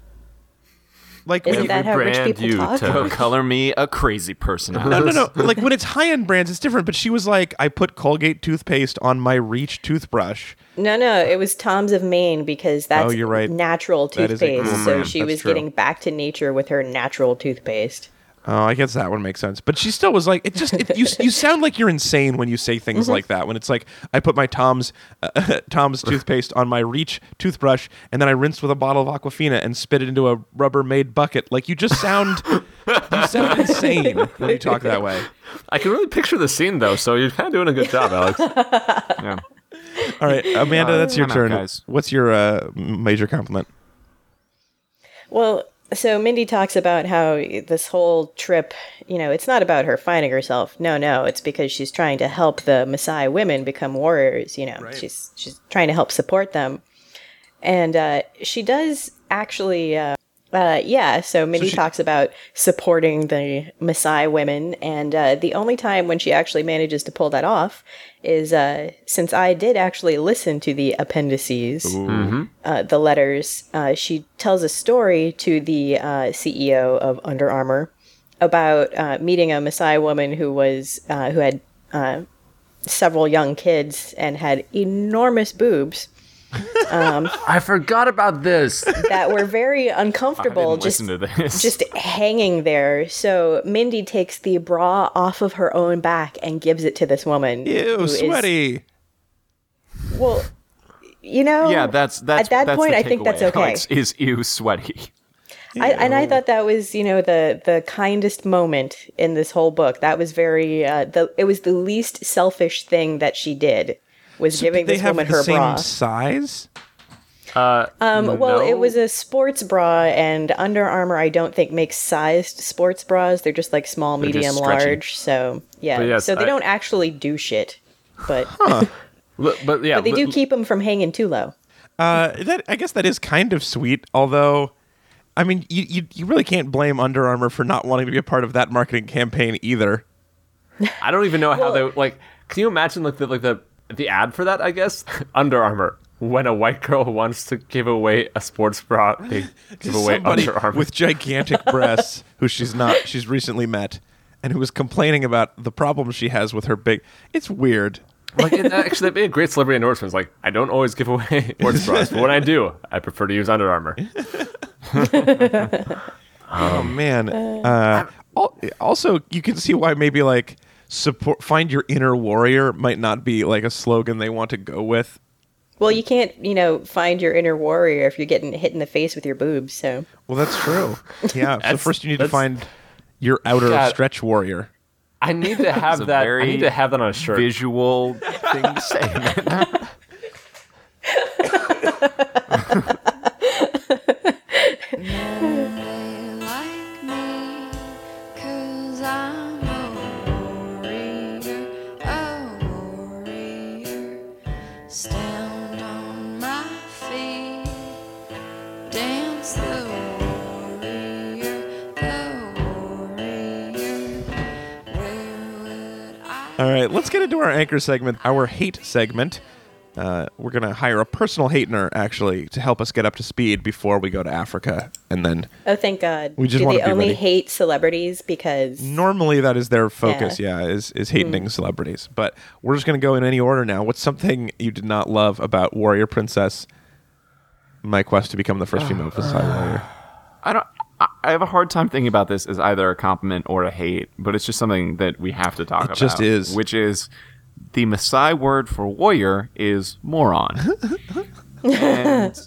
Speaker 1: Like when
Speaker 4: Isn't
Speaker 1: you-
Speaker 4: that how rich people talk?
Speaker 3: Go Oh, color me a crazy person Alex.
Speaker 1: no, no, no. like when it's high end brands, it's different. But she was like, I put Colgate toothpaste on my Reach toothbrush.
Speaker 4: No, no, it was Tom's of Maine because that's
Speaker 1: Oh, you're right.
Speaker 4: natural
Speaker 1: That is a
Speaker 4: toothpaste.
Speaker 1: cool
Speaker 4: so
Speaker 1: brand.
Speaker 4: she
Speaker 1: That's
Speaker 4: was
Speaker 1: true.
Speaker 4: getting back to nature with her natural toothpaste.
Speaker 1: Oh, I guess that one makes sense. But she still was like, it just it, you you sound like you're insane when you say things
Speaker 4: Mm-hmm.
Speaker 1: like that. When it's like, I put my Tom's uh, Tom's toothpaste on my Reach toothbrush, and then I rinsed with a bottle of Aquafina and spit it into a Rubbermaid bucket. Like you just sound you sound insane when you talk that way.
Speaker 2: I can really picture the scene, though, so you're kind of doing a good job, Alex.
Speaker 3: Yeah.
Speaker 1: All right, Amanda,
Speaker 3: Uh,
Speaker 1: that's your
Speaker 3: time out,
Speaker 1: turn.
Speaker 3: guys.
Speaker 1: What's your uh, major compliment?
Speaker 4: Well, so Mindy talks about how this whole trip, you know, it's not about her finding herself. No, no, it's because she's trying to help the Maasai women become warriors, you know. She's she's trying to help support them. And uh, she does actually uh, uh, yeah, so Mindy talks about supporting the Maasai women, and uh, the only time when she actually manages to pull that off is uh, since I did actually listen to the appendices uh, the letters, uh, she tells a story to the uh, CEO of Under Armour about uh, meeting a Maasai woman who was uh, who had uh, several young kids and had enormous boobs,
Speaker 5: Um, I forgot about this.
Speaker 4: that were very
Speaker 3: I
Speaker 4: uncomfortable
Speaker 3: didn't
Speaker 4: just
Speaker 3: listen to this.
Speaker 4: just hanging there. So Mindy takes the bra off of her own back and gives it to this woman. who
Speaker 1: Ew,
Speaker 4: is-
Speaker 1: sweaty.
Speaker 4: well, you know.
Speaker 3: yeah, that's that's
Speaker 4: at that
Speaker 3: that's
Speaker 4: point.
Speaker 3: The
Speaker 4: I think that's
Speaker 3: takeaway,
Speaker 4: okay.
Speaker 3: Alex, is ew sweaty.
Speaker 4: I, and I thought that was, you know, the the kindest moment in this whole book. That was very uh, the it was the least selfish thing that she did was giving
Speaker 1: they
Speaker 4: this
Speaker 1: have
Speaker 4: woman
Speaker 1: the
Speaker 4: her
Speaker 1: same
Speaker 4: bra.
Speaker 1: size.
Speaker 2: Uh,
Speaker 4: Um, well,
Speaker 2: No.
Speaker 4: it was a sports bra, and Under Armour I don't think makes sized sports bras. They're just like small,
Speaker 3: just
Speaker 4: medium,
Speaker 3: stretchy.
Speaker 4: large. So yeah,
Speaker 2: But yes,
Speaker 4: so they
Speaker 2: I-
Speaker 4: don't actually do shit, but
Speaker 2: L- but yeah,
Speaker 4: but they
Speaker 2: l-
Speaker 4: do keep them from hanging too low.
Speaker 1: Uh, that I guess that is kind of sweet, although. I mean, you, you, you really can't blame Under Armour for not wanting to be a part of that marketing campaign either.
Speaker 2: I don't even know how
Speaker 4: Well-
Speaker 2: they like. Can you imagine like the like the the ad for that? I guess Under Armour. When a white girl wants to give away a sports bra, they give away
Speaker 1: Somebody
Speaker 2: Under Armour.
Speaker 1: with gigantic breasts who she's not she's recently met and who was complaining about the problem she has with her big it's weird
Speaker 2: like and actually, that'd be a great celebrity endorsement. It's like I don't always give away sports bras, but when I do, I prefer to use Under Armour.
Speaker 1: oh man uh, al- also you can see why maybe like support find your inner warrior might not be like a slogan they want to go with
Speaker 4: Well, you can't, you know, find your inner warrior if you're getting hit in the face with your boobs. So
Speaker 1: well that's true yeah so
Speaker 2: That's-
Speaker 1: first you need to
Speaker 2: that's-
Speaker 1: find your outer
Speaker 2: God.
Speaker 1: stretch warrior
Speaker 2: I need to have
Speaker 3: a
Speaker 2: that. I
Speaker 3: very
Speaker 2: need to have that on a shirt.
Speaker 3: Visual thing to say. man.
Speaker 6: like me, cause I'm a warrior, a warrior. Stand on my feet, dance the warrior, the warrior. Where would I?
Speaker 1: All right, let's get into our anchor segment, our hate segment. Uh, we're going to hire a personal hatener, actually, to help us get up to speed before we go to Africa. And then
Speaker 4: oh, thank God.
Speaker 1: We just
Speaker 4: do
Speaker 1: wanna
Speaker 4: they
Speaker 1: be
Speaker 4: only
Speaker 1: ready.
Speaker 4: hate celebrities because
Speaker 1: normally that is their focus, yeah, is, is hating celebrities. But we're just going to go in any order now. What's something you did not love about Warrior Princess, My Quest to Become the First Female Psy Warrior?
Speaker 3: I don't. I I have a hard time thinking about this as either a compliment or a hate, but it's just something that we have to talk about.
Speaker 1: just is.
Speaker 3: which is the Maasai word for warrior is moron. and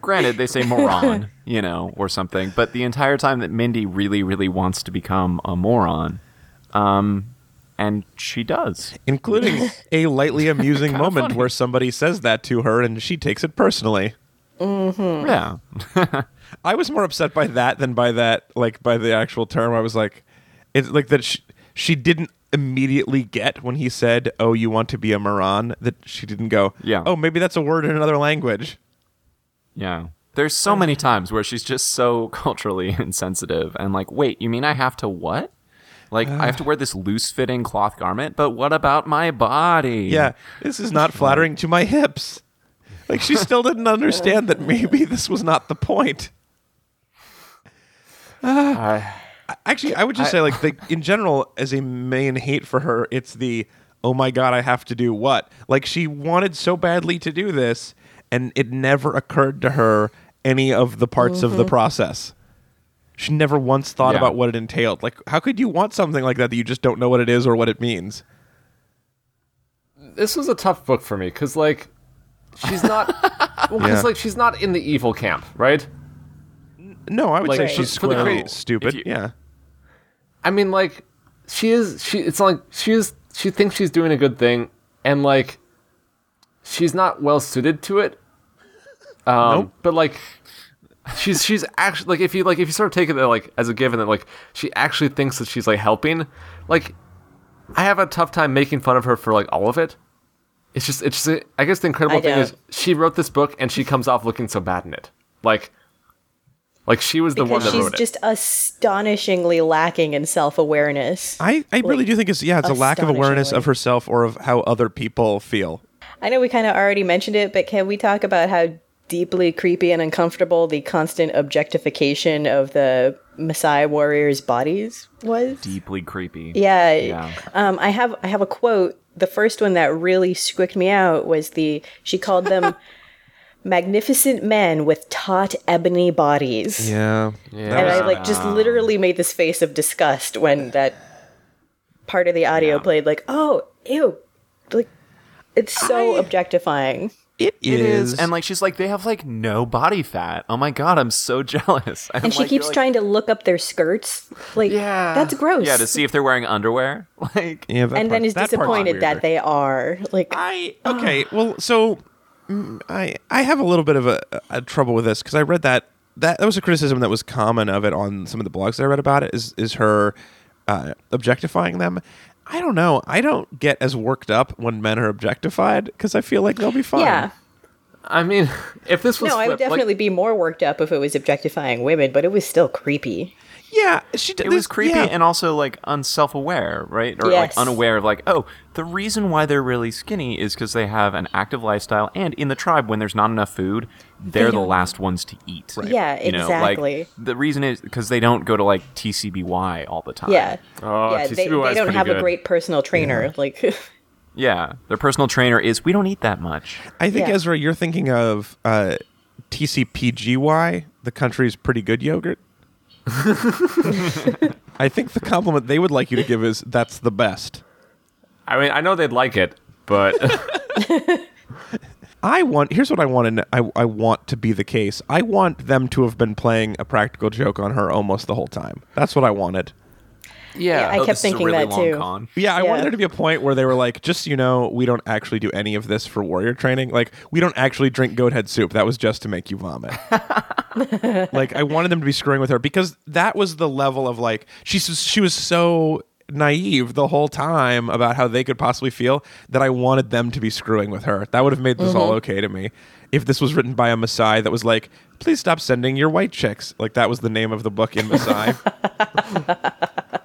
Speaker 3: granted, they say moron, you know, or something, but the entire time that Mindy really, really wants to become a moron, um, and she does.
Speaker 1: Including a lightly amusing moment
Speaker 3: funny.
Speaker 1: where somebody says that to her and she takes it personally. Mm.
Speaker 3: Yeah,
Speaker 1: I was more upset by that than by that, like by the actual term. I was like, it's like that she, she didn't immediately get when he said, "Oh, you want to be a moron." That she didn't go,
Speaker 3: Yeah.
Speaker 1: Oh, maybe that's a word in another language.
Speaker 3: Yeah. There's so many times where she's just so culturally insensitive and like, wait, you mean I have to what? Like, I have to wear this loose fitting cloth garment, but what about my body?
Speaker 1: Yeah, this is not flattering to my hips. Like she still didn't understand that maybe this was not the point. Ah. actually, I would just say like the, in general as a main hate for her, it's the oh my god, I have to do what? Like she wanted so badly to do this, and it never occurred to her any of the parts of the process. She never once thought
Speaker 3: Yeah.
Speaker 1: about what it entailed. Like, how could you want something like that that you just don't know what it is or what it means?
Speaker 2: this was a tough book for me because like she's not well 'cause,
Speaker 1: Yeah.
Speaker 2: like she's not in the evil camp right
Speaker 1: No, I would
Speaker 2: Like,
Speaker 1: say
Speaker 2: Right.
Speaker 1: she's
Speaker 2: for the
Speaker 1: square-
Speaker 2: crit-
Speaker 1: stupid.
Speaker 3: if you-
Speaker 1: yeah.
Speaker 2: i mean like she is she it's like she is she thinks she's doing a good thing and like she's not well suited to it um but like she's she's actually like if you like if you sort of take it like as a given that like she actually thinks that she's like helping like i have a tough time making fun of her for like all of it it's just it's just, i guess the incredible
Speaker 4: I
Speaker 2: thing is
Speaker 4: don't.
Speaker 2: she wrote this book and she comes off looking so bad in it like like she was the one
Speaker 4: because
Speaker 2: that
Speaker 4: she's
Speaker 2: wrote
Speaker 4: just astonishingly lacking in self awareness.
Speaker 1: I, I really do think it's yeah, it's a lack of awareness of
Speaker 4: astonishingly.
Speaker 1: herself or of how other people feel.
Speaker 4: I know we kind of already mentioned it, but can we talk about how deeply creepy and uncomfortable the constant objectification of the Maasai warriors' bodies was?
Speaker 3: Deeply creepy.
Speaker 4: Yeah.
Speaker 3: Yeah.
Speaker 4: Um, I have I have a quote the first one that really squicked me out was the she called them magnificent men with taut ebony bodies.
Speaker 1: Yeah. That
Speaker 4: and
Speaker 1: was-
Speaker 4: I like just literally made this face of disgust when that part of the audio played. Like, oh, ew, like it's so objectifying.
Speaker 3: It is. And like she's like, they have like no body fat. Oh my god, I'm so jealous. I'm
Speaker 4: And she
Speaker 3: like,
Speaker 4: keeps
Speaker 3: you're like-
Speaker 4: trying to look up their skirts. Like,
Speaker 3: Yeah.
Speaker 4: that's gross.
Speaker 3: Yeah, to see if they're wearing underwear. Like
Speaker 1: yeah, that
Speaker 4: and
Speaker 1: part-
Speaker 4: then is
Speaker 1: that part's
Speaker 4: disappointed
Speaker 1: weirder.
Speaker 4: that they are. Like,
Speaker 1: I okay. Well, so mm, I I have a little bit of a, a trouble with this because I read that that that was a criticism that was common of it on some of the blogs that I read about it is is her uh, objectifying them. I don't know. I don't get as worked up when men are objectified because I feel like they'll be fine.
Speaker 4: yeah.
Speaker 2: I mean, if this was
Speaker 4: No, I would
Speaker 2: flipped, like-
Speaker 4: definitely be more worked up if it was objectifying women, but it was still creepy.
Speaker 1: yeah. She
Speaker 3: it was creepy and also like unself aware, right? Or
Speaker 4: Yes.
Speaker 3: like unaware of like, oh, the reason why they're really skinny is because they have an active lifestyle and in the tribe when there's not enough food, they're the last ones to eat.
Speaker 4: Yeah,
Speaker 3: You know, like,
Speaker 4: exactly.
Speaker 3: the reason is because they don't go to like TCBY all the time.
Speaker 4: Yeah.
Speaker 2: Oh,
Speaker 4: yeah, they,
Speaker 2: TCBY
Speaker 4: they
Speaker 2: is
Speaker 4: don't
Speaker 2: pretty
Speaker 4: have
Speaker 2: good.
Speaker 4: a great personal trainer. Like,
Speaker 3: Yeah. Their personal trainer is we don't eat that much.
Speaker 1: I think
Speaker 4: Yeah.
Speaker 1: Ezra, you're thinking of uh, TCPGY, the country's pretty good yogurt. I think the compliment they would like you to give is that's the best.
Speaker 2: I mean, I know they'd like it, but
Speaker 1: I want here's what I want to kn- I, I want to be the case. I want them to have been playing a practical joke on her almost the whole time. That's what I wanted.
Speaker 4: yeah, I
Speaker 3: oh, this
Speaker 4: kept
Speaker 3: is a
Speaker 4: thinking
Speaker 3: really
Speaker 4: that
Speaker 3: long
Speaker 4: too.
Speaker 3: con.
Speaker 1: Yeah, I
Speaker 4: Yeah.
Speaker 1: wanted there to be a point where they were like, just so you know, we don't actually do any of this for warrior training. Like, we don't actually drink goat head soup. That was just to make you vomit. like, I wanted them to be screwing with her because that was the level of like she s- she was so naive the whole time about how they could possibly feel that I wanted them to be screwing with her. That would have made this all
Speaker 4: Mm-hmm.
Speaker 1: okay to me. If this was written by a Maasai that was like, please stop sending your white chicks. Like that was the name of the book in Maasai.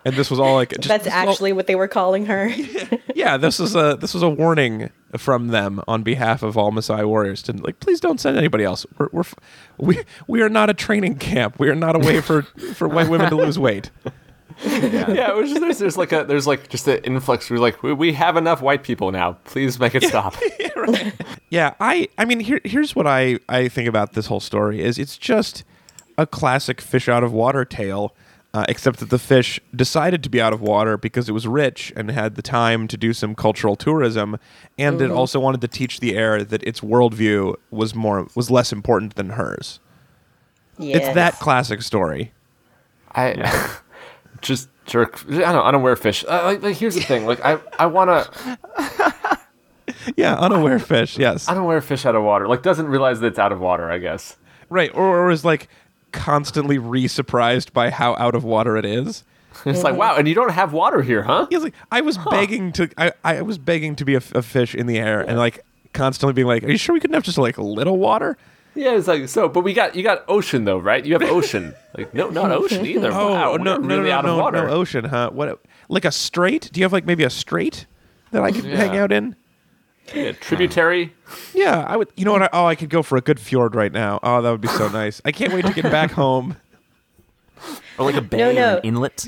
Speaker 1: and this was all like just,
Speaker 4: That's
Speaker 1: this was all-
Speaker 4: actually what they were calling her.
Speaker 1: yeah, this is a this was a warning from them on behalf of all Maasai warriors. To like, please don't send anybody else. We're, we're f- we we are not a training camp. We are not a way for for white women to lose weight.
Speaker 2: yeah, it was just, there's, there's like a there's like just an influx. We're like, we, we have enough white people now. Please make it stop.
Speaker 1: Yeah, I I mean here here's what I I think about this whole story is it's just a classic fish out of water tale. Uh, except that the fish decided to be out of water because it was rich and had the time to do some cultural tourism, and it also wanted to teach the air that its worldview was more was less important than hers. It's
Speaker 4: Yes.
Speaker 1: that classic story.
Speaker 2: I just jerk. I don't unaware fish. Uh, like, like, here's the thing. Like I I wanna
Speaker 1: Yeah, unaware fish. Yes,
Speaker 2: unaware fish out of water. Like doesn't realize that it's out of water. I guess.
Speaker 1: right. Or, or is like constantly re-surprised by how out of water it is.
Speaker 2: It's like wow, and you don't have water here, huh?
Speaker 1: He's like, I was begging to, I, I was begging to be a, f- a fish in the air, and like constantly being like, Are you sure we couldn't have just like a little water?
Speaker 2: Yeah, it's like so. But we got you got ocean though, right? You have ocean. like no, not ocean either. wow,
Speaker 1: no,
Speaker 2: Oh, we're
Speaker 1: no,
Speaker 2: really
Speaker 1: no,
Speaker 2: out
Speaker 1: no,
Speaker 2: of water.
Speaker 1: no ocean, huh? What, like a strait? Do you have like maybe a strait that I could hang
Speaker 2: Yeah.
Speaker 1: out in?
Speaker 2: Yeah, tributary.
Speaker 1: Yeah, I would. You know what? I, oh, I could go for a good fjord right now. Oh, that would be so nice. I can't wait to get back home.
Speaker 3: Or like a bay
Speaker 4: No,
Speaker 3: or
Speaker 4: no.
Speaker 3: an inlet.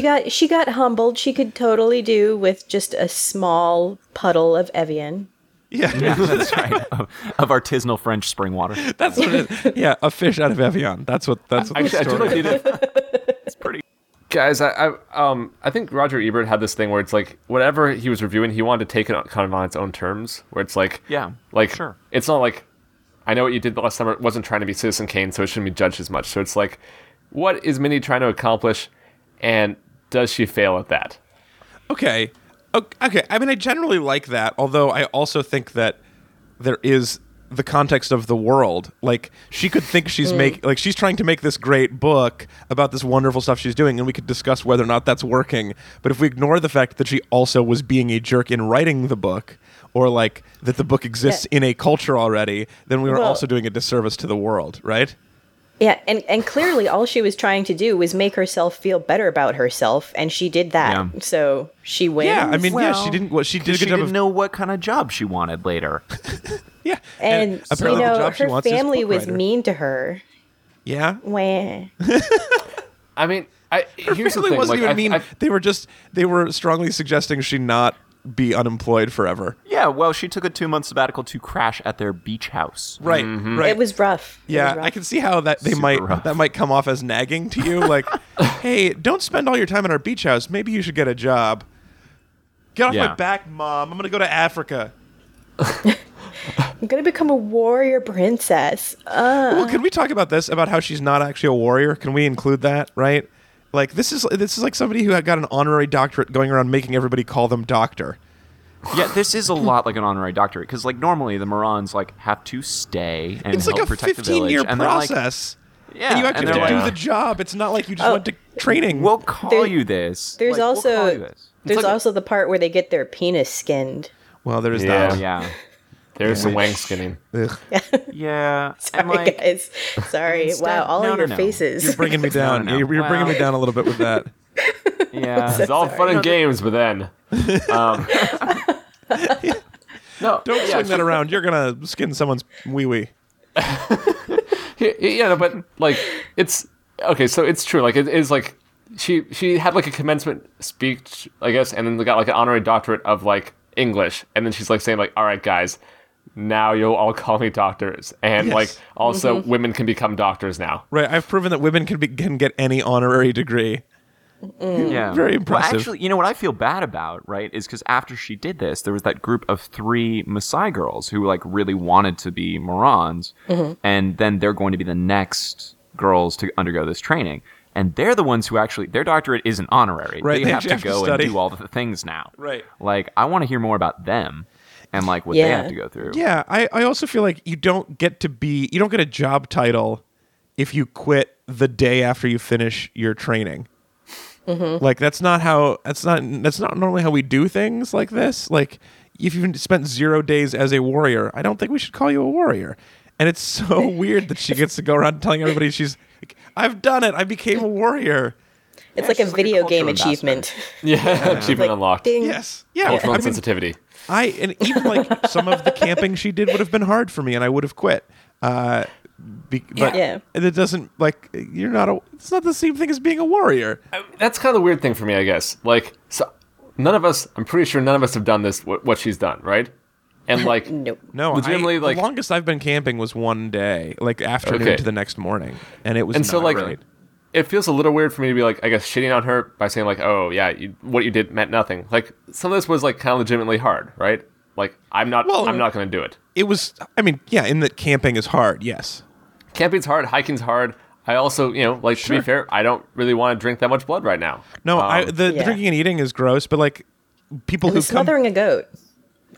Speaker 4: got she got humbled. She could totally do with just a small puddle of Evian.
Speaker 1: Yeah,
Speaker 3: That's right. Of, of artisanal French spring water.
Speaker 1: that's what it is. Yeah, a fish out of Evian. That's what. That's what the
Speaker 2: Actually, I do
Speaker 1: story
Speaker 2: like the idea. It's pretty. Guys, I, I um I think Roger Ebert had this thing where it's like whatever he was reviewing, he wanted to take it on, kind of on its own terms, where it's like
Speaker 3: Yeah,
Speaker 2: like
Speaker 3: sure.
Speaker 2: it's not like I know what you did last summer It wasn't trying to be Citizen Kane, so it shouldn't be judged as much. So it's like, what is Minnie trying to accomplish, and does she fail at that?
Speaker 1: Okay. O- Okay. I mean, I generally like that, although I also think that there is the context of the world. Like, she could think she's
Speaker 4: Mm.
Speaker 1: make like she's trying to make this great book about this wonderful stuff she's doing, and we could discuss whether or not that's working. But if we ignore the fact that she also was being a jerk in writing the book, or like that the book exists in a culture already, then we are
Speaker 4: Well-
Speaker 1: also doing a disservice to the world, right?
Speaker 4: Yeah, and and clearly all she was trying to do was make herself feel better about herself, and she did that.
Speaker 3: Yeah.
Speaker 4: So she wins.
Speaker 1: Yeah, I mean, yeah, she
Speaker 3: Well,
Speaker 1: didn't. Well, she did a
Speaker 3: She
Speaker 1: good job
Speaker 3: didn't
Speaker 1: of
Speaker 3: know what kind of job she wanted later.
Speaker 1: yeah.
Speaker 4: and you
Speaker 1: apparently the
Speaker 4: know
Speaker 1: job she
Speaker 4: her
Speaker 1: wants is
Speaker 4: family
Speaker 1: book
Speaker 4: was
Speaker 1: writer.
Speaker 4: mean to her.
Speaker 1: Yeah,
Speaker 4: Wah.
Speaker 2: I mean, I here's the
Speaker 1: really
Speaker 2: thing.
Speaker 1: wasn't
Speaker 2: like,
Speaker 1: even
Speaker 2: I,
Speaker 1: mean.
Speaker 2: I-
Speaker 1: they were just they were strongly suggesting she not be unemployed forever.
Speaker 3: Yeah, well, she took a two month sabbatical to crash at their beach house.
Speaker 1: Right, right.
Speaker 4: It was rough. It
Speaker 1: Mm-hmm. yeah,
Speaker 4: was rough.
Speaker 1: I can see how that they
Speaker 3: Super
Speaker 1: might
Speaker 3: rough.
Speaker 1: that might come off as nagging to you. Like, hey, don't spend all your time in our beach house. Maybe you should get a job. Get off
Speaker 3: Yeah.
Speaker 1: my back, mom. I'm gonna go to Africa.
Speaker 4: I'm gonna become a warrior princess.
Speaker 1: well, can we talk about this? About how she's not actually a warrior? Can we include that? Right? Like this is this is like somebody who had got an honorary doctorate going around making everybody call them doctor.
Speaker 3: Yeah, this is a lot like an honorary doctorate because, like, normally the Morons like have to stay and
Speaker 1: It's
Speaker 3: help
Speaker 1: like a
Speaker 3: protect
Speaker 1: 15
Speaker 3: the village,
Speaker 1: year
Speaker 3: and they're like,
Speaker 1: process.
Speaker 3: yeah,
Speaker 1: and you actually
Speaker 3: they're
Speaker 1: have to do
Speaker 3: like,
Speaker 1: the job. It's not like you just went to training.
Speaker 3: Oh, We'll call
Speaker 4: There-
Speaker 3: you this.
Speaker 4: There's
Speaker 3: Like, we'll
Speaker 4: also
Speaker 3: call you this.
Speaker 4: there's
Speaker 2: like-
Speaker 4: also the part where they get their penis skinned.
Speaker 1: well, there is
Speaker 2: Yeah.
Speaker 1: that.
Speaker 3: yeah,
Speaker 2: There's some wang skinning.
Speaker 1: Ugh,
Speaker 3: yeah.
Speaker 4: Sorry,
Speaker 3: and, like,
Speaker 4: guys. Sorry.
Speaker 3: instead-
Speaker 4: wow, all
Speaker 3: no,
Speaker 4: of
Speaker 3: no,
Speaker 4: your
Speaker 3: no.
Speaker 4: faces.
Speaker 1: you're bringing me down.
Speaker 3: No, no, no.
Speaker 1: You're, you're bringing me
Speaker 3: Wow.
Speaker 1: down a little bit with that.
Speaker 3: yeah.
Speaker 2: It's all fun and games, but then. Um, no,
Speaker 1: Don't
Speaker 2: yeah,
Speaker 1: swing that around. You're gonna skin someone's wee wee.
Speaker 2: Y- y- yeah, no, but like it's okay. So it's true. Like it is like she she had like a commencement speech, I guess, and then got like an honorary doctorate of like English, and then she's like saying like, "All right, guys, now you'll all call me doctors," and
Speaker 1: Yes.
Speaker 2: like also women can become doctors now.
Speaker 1: Right. I've proven that women can be, can get any honorary degree.
Speaker 3: Yeah.
Speaker 1: Very impressive.
Speaker 3: Well, actually, you know what I feel bad about, right, is because after she did this, there was that group of three Maasai girls who like really wanted to be Morons,
Speaker 1: Mm-hmm.
Speaker 3: and then they're going to be the next girls to undergo this training, and they're the ones who actually their doctorate isn't honorary.
Speaker 1: Right,
Speaker 3: They,
Speaker 1: they
Speaker 3: have
Speaker 1: actually
Speaker 3: to
Speaker 1: have to
Speaker 3: go and
Speaker 1: study.
Speaker 3: do all the things now.
Speaker 1: Right.
Speaker 3: Like, I want to hear more about them and like what they
Speaker 4: Yeah.
Speaker 3: have to go through.
Speaker 1: Yeah. I, I also feel like you don't get to be you don't get a job title if you quit the day after you finish your training. Like that's not how that's not that's not normally how we do things like this. Like if you've spent zero days as a warrior, I don't think we should call you a warrior. And it's so weird that she gets to go around telling everybody she's like, I've done it. I became a warrior.
Speaker 4: It's like a
Speaker 3: she's like a
Speaker 4: video game
Speaker 3: cultural
Speaker 4: achievement.
Speaker 2: Yeah, achievement unlocked.
Speaker 4: Ding.
Speaker 1: Yes. Yeah.
Speaker 2: Cultural
Speaker 1: I mean,
Speaker 2: sensitivity.
Speaker 1: I and even like some of the camping she did would have been hard for me, and I would have quit. Uh, be, but
Speaker 4: Yeah.
Speaker 1: it doesn't like you're not a. It's not the same thing as being a warrior.
Speaker 2: that's kind of the weird thing for me, I guess. Like, so none of us, I'm pretty sure none of us have done this, what, what she's done, right? And like,
Speaker 4: Nope.
Speaker 1: No,
Speaker 2: Legitimately,
Speaker 1: I,
Speaker 2: like-
Speaker 1: the longest I've been camping was one day, like afternoon
Speaker 2: Okay.
Speaker 1: to the next morning, and it was
Speaker 2: and so
Speaker 1: not
Speaker 2: like
Speaker 1: great.
Speaker 2: it feels a little weird for me to be like i guess shitting on her by saying like oh yeah you, what you did meant nothing like some of this was like kind of legitimately hard right like i'm not
Speaker 1: Well-
Speaker 2: i'm not gonna do it
Speaker 1: it was. I mean, yeah, in that camping is hard. Yes,
Speaker 2: camping's hard hiking's hard i also you know like to
Speaker 1: Sure.
Speaker 2: be fair i don't really want to drink that much blood right now
Speaker 1: no, I,
Speaker 2: Um,
Speaker 1: the, the
Speaker 4: Yeah.
Speaker 1: drinking and eating is gross, but like people
Speaker 4: And
Speaker 1: who come
Speaker 4: smothering a goat.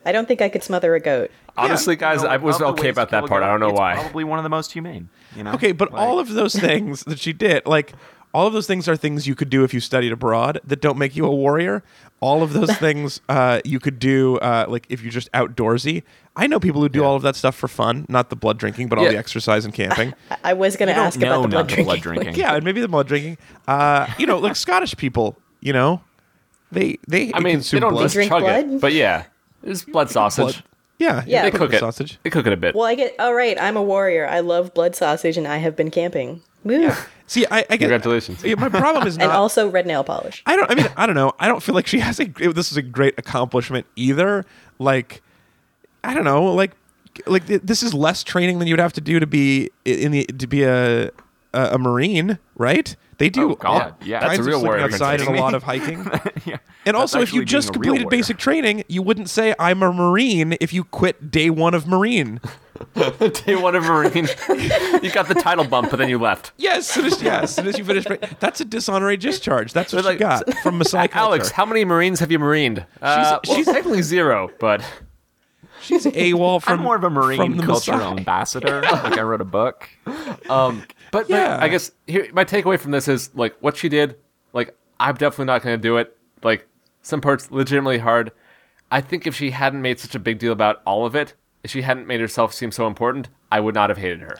Speaker 4: I don't think I could smother a goat.
Speaker 2: honestly
Speaker 1: yeah,
Speaker 2: guys
Speaker 3: You know,
Speaker 2: i
Speaker 3: like,
Speaker 2: was
Speaker 3: of the
Speaker 2: okay
Speaker 3: ways
Speaker 2: about
Speaker 3: to
Speaker 2: that
Speaker 3: kill a
Speaker 2: part i
Speaker 3: goat,
Speaker 2: don't know
Speaker 3: it's
Speaker 2: why
Speaker 3: Probably one of the most humane. You know.
Speaker 1: Okay, but
Speaker 3: Like,
Speaker 1: all of those things that she did, like all of those things are things you could do if you studied abroad that don't make you a warrior. All of those things uh, you could do, uh, like if you're just outdoorsy. I know people who do all of that stuff for fun, not the blood drinking, but all
Speaker 2: Yeah.
Speaker 1: the exercise and camping.
Speaker 4: I- I was gonna
Speaker 3: I don't
Speaker 4: ask
Speaker 3: know
Speaker 4: about the blood
Speaker 3: not the
Speaker 4: drinking.
Speaker 3: blood drinking.
Speaker 1: yeah, and maybe the blood drinking. Uh, you know, like Scottish people, you know, they they
Speaker 2: i mean
Speaker 1: consume
Speaker 2: they don't
Speaker 1: blood.
Speaker 2: just
Speaker 4: Drink
Speaker 2: chug it
Speaker 4: blood?
Speaker 2: but yeah it's blood sausage
Speaker 1: Yeah,
Speaker 4: Yeah.
Speaker 1: they
Speaker 4: They
Speaker 2: they cook it
Speaker 1: sausage.
Speaker 2: they cook it a bit
Speaker 4: Well, I get all right. I'm a warrior. I love blood sausage, and I have been camping. Woo.
Speaker 1: See, I, I get
Speaker 2: Congratulations.
Speaker 1: Yeah, my problem is not
Speaker 4: And also red nail polish.
Speaker 1: I don't. I mean, I don't know. I don't feel like she has a. This is a great accomplishment either. Like, I don't know. Like, like th- this is less training than you'd have to do to be i- in the to be a a, a marine, right? They do.
Speaker 3: Oh, God.
Speaker 1: all
Speaker 3: Yeah.
Speaker 1: kinds
Speaker 3: That's a
Speaker 1: of
Speaker 2: real
Speaker 1: sleeping
Speaker 2: warrior
Speaker 1: outside and a
Speaker 3: mentality.
Speaker 1: lot of hiking.
Speaker 3: yeah.
Speaker 1: And
Speaker 3: That's
Speaker 1: also, if
Speaker 3: actually
Speaker 1: you
Speaker 3: being
Speaker 1: just
Speaker 3: a real
Speaker 1: completed
Speaker 3: warrior.
Speaker 1: basic training, you wouldn't say I'm a marine if you quit day one of marine.
Speaker 2: day one of marine you got the title bump but then you left
Speaker 1: Yes, soon as, yeah, as soon as you finish, tra- that's a dishonorary discharge. That's what
Speaker 2: But,
Speaker 1: you
Speaker 2: like,
Speaker 1: got from Messiah.
Speaker 2: Alex, how many Marines have you marined? Uh,
Speaker 1: She's-
Speaker 2: she's
Speaker 1: she's-
Speaker 2: technically zero, but
Speaker 1: she's AWOL from
Speaker 3: I'm more of a
Speaker 1: from
Speaker 3: marine
Speaker 1: the
Speaker 3: cultural
Speaker 1: Maasai.
Speaker 3: ambassador. like I wrote a book.
Speaker 2: um, but, but
Speaker 1: Yeah.
Speaker 2: I guess here my takeaway from this is like what she did. Like I'm definitely not going to do it. Like some parts legitimately hard. I think if she hadn't made such a big deal about all of it, if she hadn't made herself seem so important, I would not have hated her.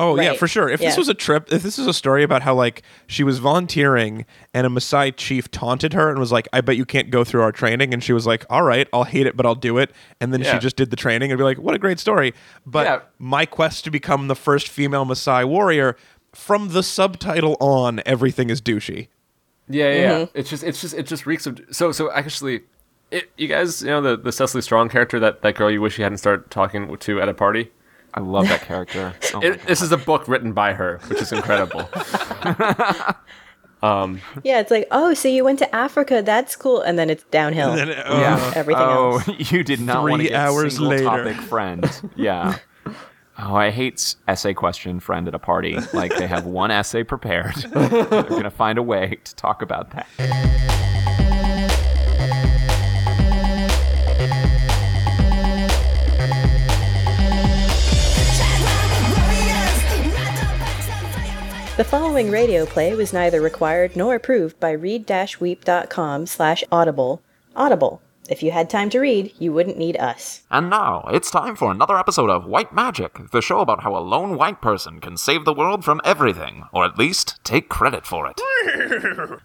Speaker 1: Oh yeah,
Speaker 4: Right.
Speaker 1: for sure. If this
Speaker 4: Yeah.
Speaker 1: was a trip, if this is a story about how like she was volunteering and a Maasai chief taunted her and was like, "I bet you can't go through our training," and she was like, "All right, I'll hate it, but I'll do it," and then she
Speaker 2: Yeah.
Speaker 1: just did the training and be like, "What a great story!" But
Speaker 2: Yeah.
Speaker 1: my quest to become the first female Maasai warrior. From the subtitle on, everything is douchey.
Speaker 2: Mm-hmm. Yeah, yeah. yeah. It's just, it's just, it just reeks of. So, so actually, it, you guys, you know the, the Cecily Strong character, that, that girl you wish you hadn't started talking to at a party.
Speaker 3: I love that character. Oh my
Speaker 2: It, this is a book written by her, which is incredible.
Speaker 4: Yeah, it's like, oh, so you went to Africa. That's cool. And then it's downhill.
Speaker 1: And then,
Speaker 3: God.
Speaker 1: oh,
Speaker 3: yeah.
Speaker 4: everything
Speaker 3: oh, you did not want
Speaker 1: Three
Speaker 3: to get
Speaker 1: hours
Speaker 3: single
Speaker 1: later.
Speaker 3: topic friend. Yeah. Oh, I hate s- essay question friend at a party. Like they have one essay prepared. They're gonna find a way to talk about that. Oh.
Speaker 4: The following radio play was neither required nor approved by read-weep.com slash audible. Audible. If you had time to read, you wouldn't need us.
Speaker 7: And now, it's time for another episode of White Magic, the show about how a lone white person can save the world from everything, or at least take credit for it.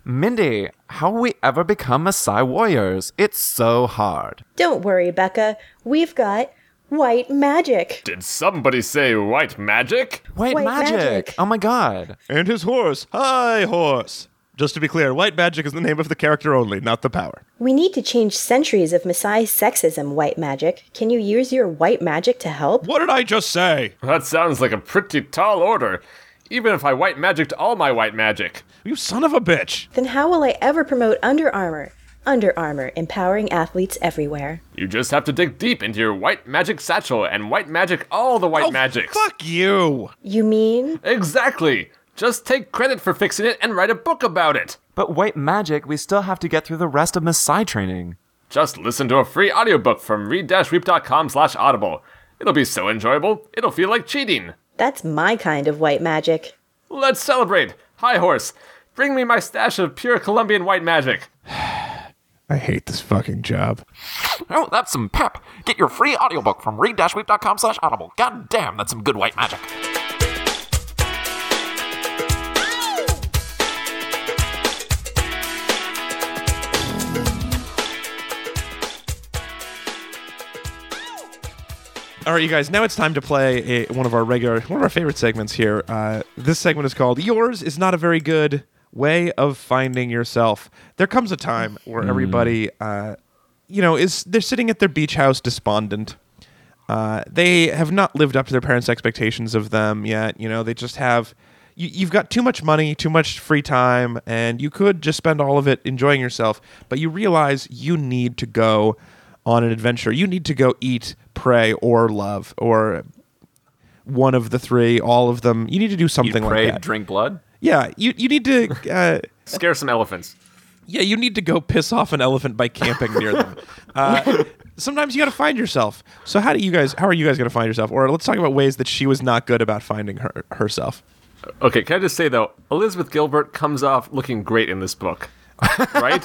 Speaker 3: Mindy, how we ever become Maasai warriors? It's so hard.
Speaker 4: Don't worry, Becca. We've got white magic.
Speaker 2: Did somebody say white magic?
Speaker 3: White,
Speaker 4: White
Speaker 3: magic.
Speaker 4: magic.
Speaker 3: Oh my god.
Speaker 1: and his horse. Hi, horse. Just to be clear, white magic is the name of the character only, not the power.
Speaker 4: We need to change centuries of Maasai sexism, white magic. Can you use your white magic to help?
Speaker 1: What did I just say?
Speaker 2: That sounds like a pretty tall order. Even if I white magicked all my white magic.
Speaker 1: You son of a bitch.
Speaker 4: Then how will I ever promote Under Armour? Under Armour, empowering athletes everywhere.
Speaker 2: You just have to dig deep into your white magic satchel and white magic all the white
Speaker 1: Oh,
Speaker 2: magics.
Speaker 1: Fuck you.
Speaker 4: You mean?
Speaker 2: Exactly. Just take credit for fixing it and write a book about it.
Speaker 3: But white magic, we still have to get through the rest of Maasai training.
Speaker 2: Just listen to a free audiobook from read-weep.com slash audible. It'll be so enjoyable, it'll feel like cheating.
Speaker 4: That's my kind of white magic.
Speaker 2: Let's celebrate. Hi, horse. Bring me my stash of pure Colombian white magic.
Speaker 1: I hate this fucking job.
Speaker 7: Oh, that's some pep. Get your free audiobook from read-weep.com slash audible. God damn, that's some good white magic.
Speaker 1: All right, you guys. Now it's time to play a, one of our regular, one of our favorite segments here. Uh, this segment is called "Yours is not a very good way of finding yourself." There comes a time where everybody, uh, you know, is they're sitting at their beach house, despondent. Uh, they have not lived up to their parents' expectations of them yet. You know, they just have. You, you've got too much money, too much free time, and you could just spend all of it enjoying yourself. But you realize you need to go on an adventure. You need to go eat, pray, or love, or one of the three, all of them. You need to do
Speaker 3: You
Speaker 1: something
Speaker 3: pray,
Speaker 1: like that.
Speaker 3: drink blood.
Speaker 1: Yeah, you you need to. Uh,
Speaker 2: Scare some elephants.
Speaker 1: yeah, you need to go piss off an elephant by camping near them. Uh, sometimes you got to find yourself. So how do you guys? How are you guys going to find yourself? Or let's talk about ways that she was not good about finding her herself.
Speaker 2: Okay, can I just say though, Elizabeth Gilbert comes off looking great in this book. right?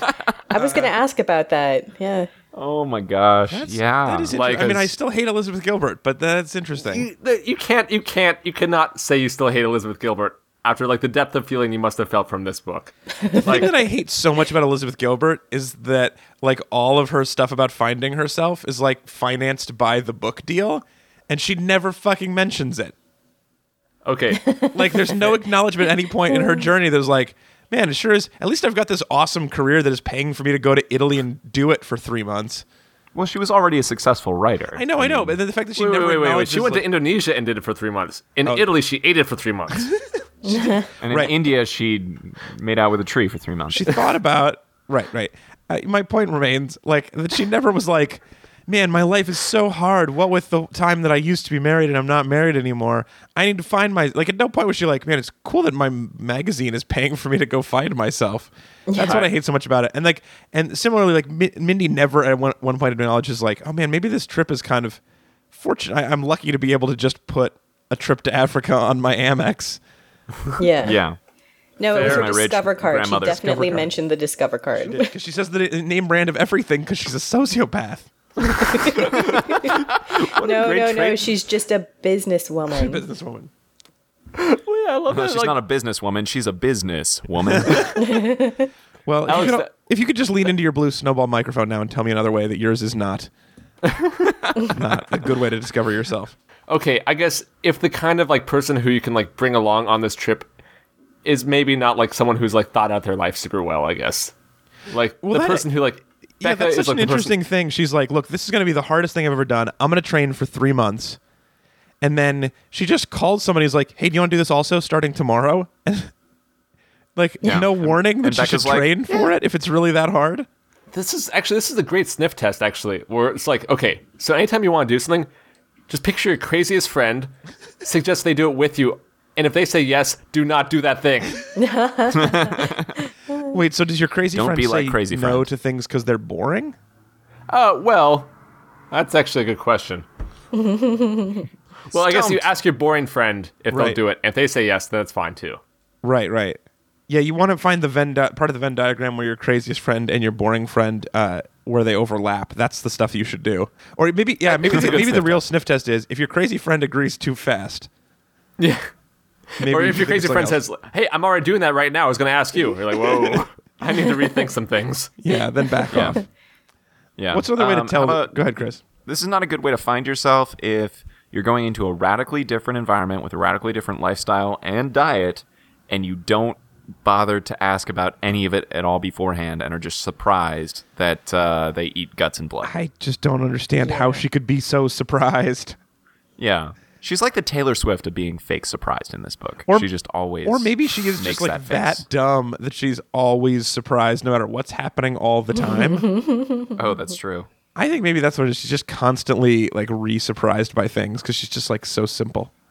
Speaker 4: I was going to ask about that. Yeah.
Speaker 3: Oh my gosh. yeah.
Speaker 1: that is. Inter-
Speaker 2: like-
Speaker 1: I mean, I still hate Elizabeth Gilbert, but that's interesting.
Speaker 2: You, the- you can't, you can't, you cannot say you still hate Elizabeth Gilbert after like the depth of feeling you must have felt from this book.
Speaker 1: The thing that I hate so much about Elizabeth Gilbert is that like all of her stuff about finding herself is like financed by the book deal, and she never fucking mentions it.
Speaker 2: Okay,
Speaker 1: Like, there's no acknowledgement at any point in her journey that's like, man, it sure is. At least I've got this awesome career that is paying for me to go to Italy and do it for three months.
Speaker 3: well, she was already a successful writer.
Speaker 1: I know, I know, but then the fact that she
Speaker 2: wait,
Speaker 1: never
Speaker 2: wait, wait, wait.
Speaker 1: acknowledges,
Speaker 2: She went to
Speaker 1: like-
Speaker 2: Indonesia and did it for three months. In Italy, she ate it for three months.
Speaker 3: And in
Speaker 1: Right.
Speaker 3: India, she made out with a tree for three months.
Speaker 1: she thought about right, right. Uh, my point remains like that she never was like, man, my life is so hard. What with the time that I used to be married and I'm not married anymore, I need to find my like. At no point was she like, man, it's cool that my magazine is paying for me to go find myself. That's what I hate so much about it. And like, and similarly, like Mi- Mindy never at one, one point acknowledges like, oh man, maybe this trip is kind of fortunate. I- I'm lucky to be able to just put a trip to Africa on my Amex.
Speaker 4: Yeah.
Speaker 3: yeah.
Speaker 4: No, it was
Speaker 3: Fair.
Speaker 4: her
Speaker 3: My rich
Speaker 4: discover card. She
Speaker 3: grandmother's Discover
Speaker 4: definitely
Speaker 3: card.
Speaker 4: mentioned the discover card.
Speaker 1: because she says the n- name brand of everything because she's a sociopath.
Speaker 4: no,
Speaker 3: great
Speaker 4: no, no.
Speaker 3: trait.
Speaker 4: She's just a businesswoman.
Speaker 1: Businesswoman.
Speaker 3: No, she's not a businesswoman. She's a business woman.
Speaker 1: Well, if you,
Speaker 2: Alex,
Speaker 1: could,
Speaker 2: that-
Speaker 1: if you could just lean into your blue snowball microphone now and tell me another way that yours is not not a good way to discover yourself.
Speaker 2: okay, I guess if the kind of like person who you can like bring along on this trip is maybe not like someone who's like thought out their life super well, I guess. Like
Speaker 1: Well,
Speaker 2: the
Speaker 1: that-
Speaker 2: person who like
Speaker 1: yeah,
Speaker 2: Becca
Speaker 1: that's
Speaker 2: is
Speaker 1: such
Speaker 2: like
Speaker 1: an
Speaker 2: the person-
Speaker 1: interesting thing. She's like, look, this is going to be the hardest thing I've ever done. I'm going to train for three months. And then she just called somebody who's like, hey, do you want to do this also starting tomorrow? And like,
Speaker 3: Yeah.
Speaker 1: no warning that
Speaker 3: and
Speaker 1: she should
Speaker 3: Becca's like,
Speaker 1: train for it if it's really that hard.
Speaker 2: This is actually this is a great sniff test actually, where it's like, okay, so anytime you want to do something, just picture your craziest friend, suggest they do it with you, and if they say yes, do not do that thing.
Speaker 1: Wait, so does your crazy
Speaker 3: Don't
Speaker 1: friend
Speaker 3: be like
Speaker 1: say
Speaker 3: crazy
Speaker 1: no
Speaker 3: friend.
Speaker 1: to things because they're boring?
Speaker 2: Uh, well, that's actually a good question. well, I guess you
Speaker 3: Stumped.
Speaker 2: ask your boring friend if they'll
Speaker 1: Right.
Speaker 2: do it. If they say yes, then it's fine too.
Speaker 1: Right, right. Yeah, you want to find the Venn di- part of the Venn diagram where your craziest friend and your boring friend, uh, where they overlap. That's the stuff you should do. Or maybe, yeah, maybe
Speaker 2: That's a
Speaker 1: the,
Speaker 2: good
Speaker 1: maybe the
Speaker 2: sniff
Speaker 1: real sniff test is if your crazy friend agrees too fast.
Speaker 2: Yeah.
Speaker 1: Maybe
Speaker 2: Or
Speaker 1: you
Speaker 2: if your
Speaker 1: should think
Speaker 2: crazy
Speaker 1: of
Speaker 2: friend
Speaker 1: something else.
Speaker 2: says, "Hey, I'm already doing that right now," I was going to ask you. You're like, "Whoa, I need to rethink some things."
Speaker 1: yeah, then back off.
Speaker 3: Yeah.
Speaker 1: What's another way to
Speaker 3: Um,
Speaker 1: tell?
Speaker 3: how about-
Speaker 1: Go ahead, Chris.
Speaker 3: this is not a good way to find yourself if you're going into a radically different environment with a radically different lifestyle and diet and you don't bother to ask about any of it at all beforehand and are just surprised that uh, they eat guts and blood
Speaker 1: I just don't understand how she could be so surprised.
Speaker 3: yeah she's like the taylor swift of being fake surprised in this book she just always
Speaker 1: or maybe she is
Speaker 3: makes
Speaker 1: just like
Speaker 3: that
Speaker 1: that,
Speaker 3: face.
Speaker 1: dumb that she's always surprised no matter what's happening all the time.
Speaker 3: oh that's true
Speaker 1: I think maybe that's what it is. She's just constantly like re-surprised by things because she's just like so simple.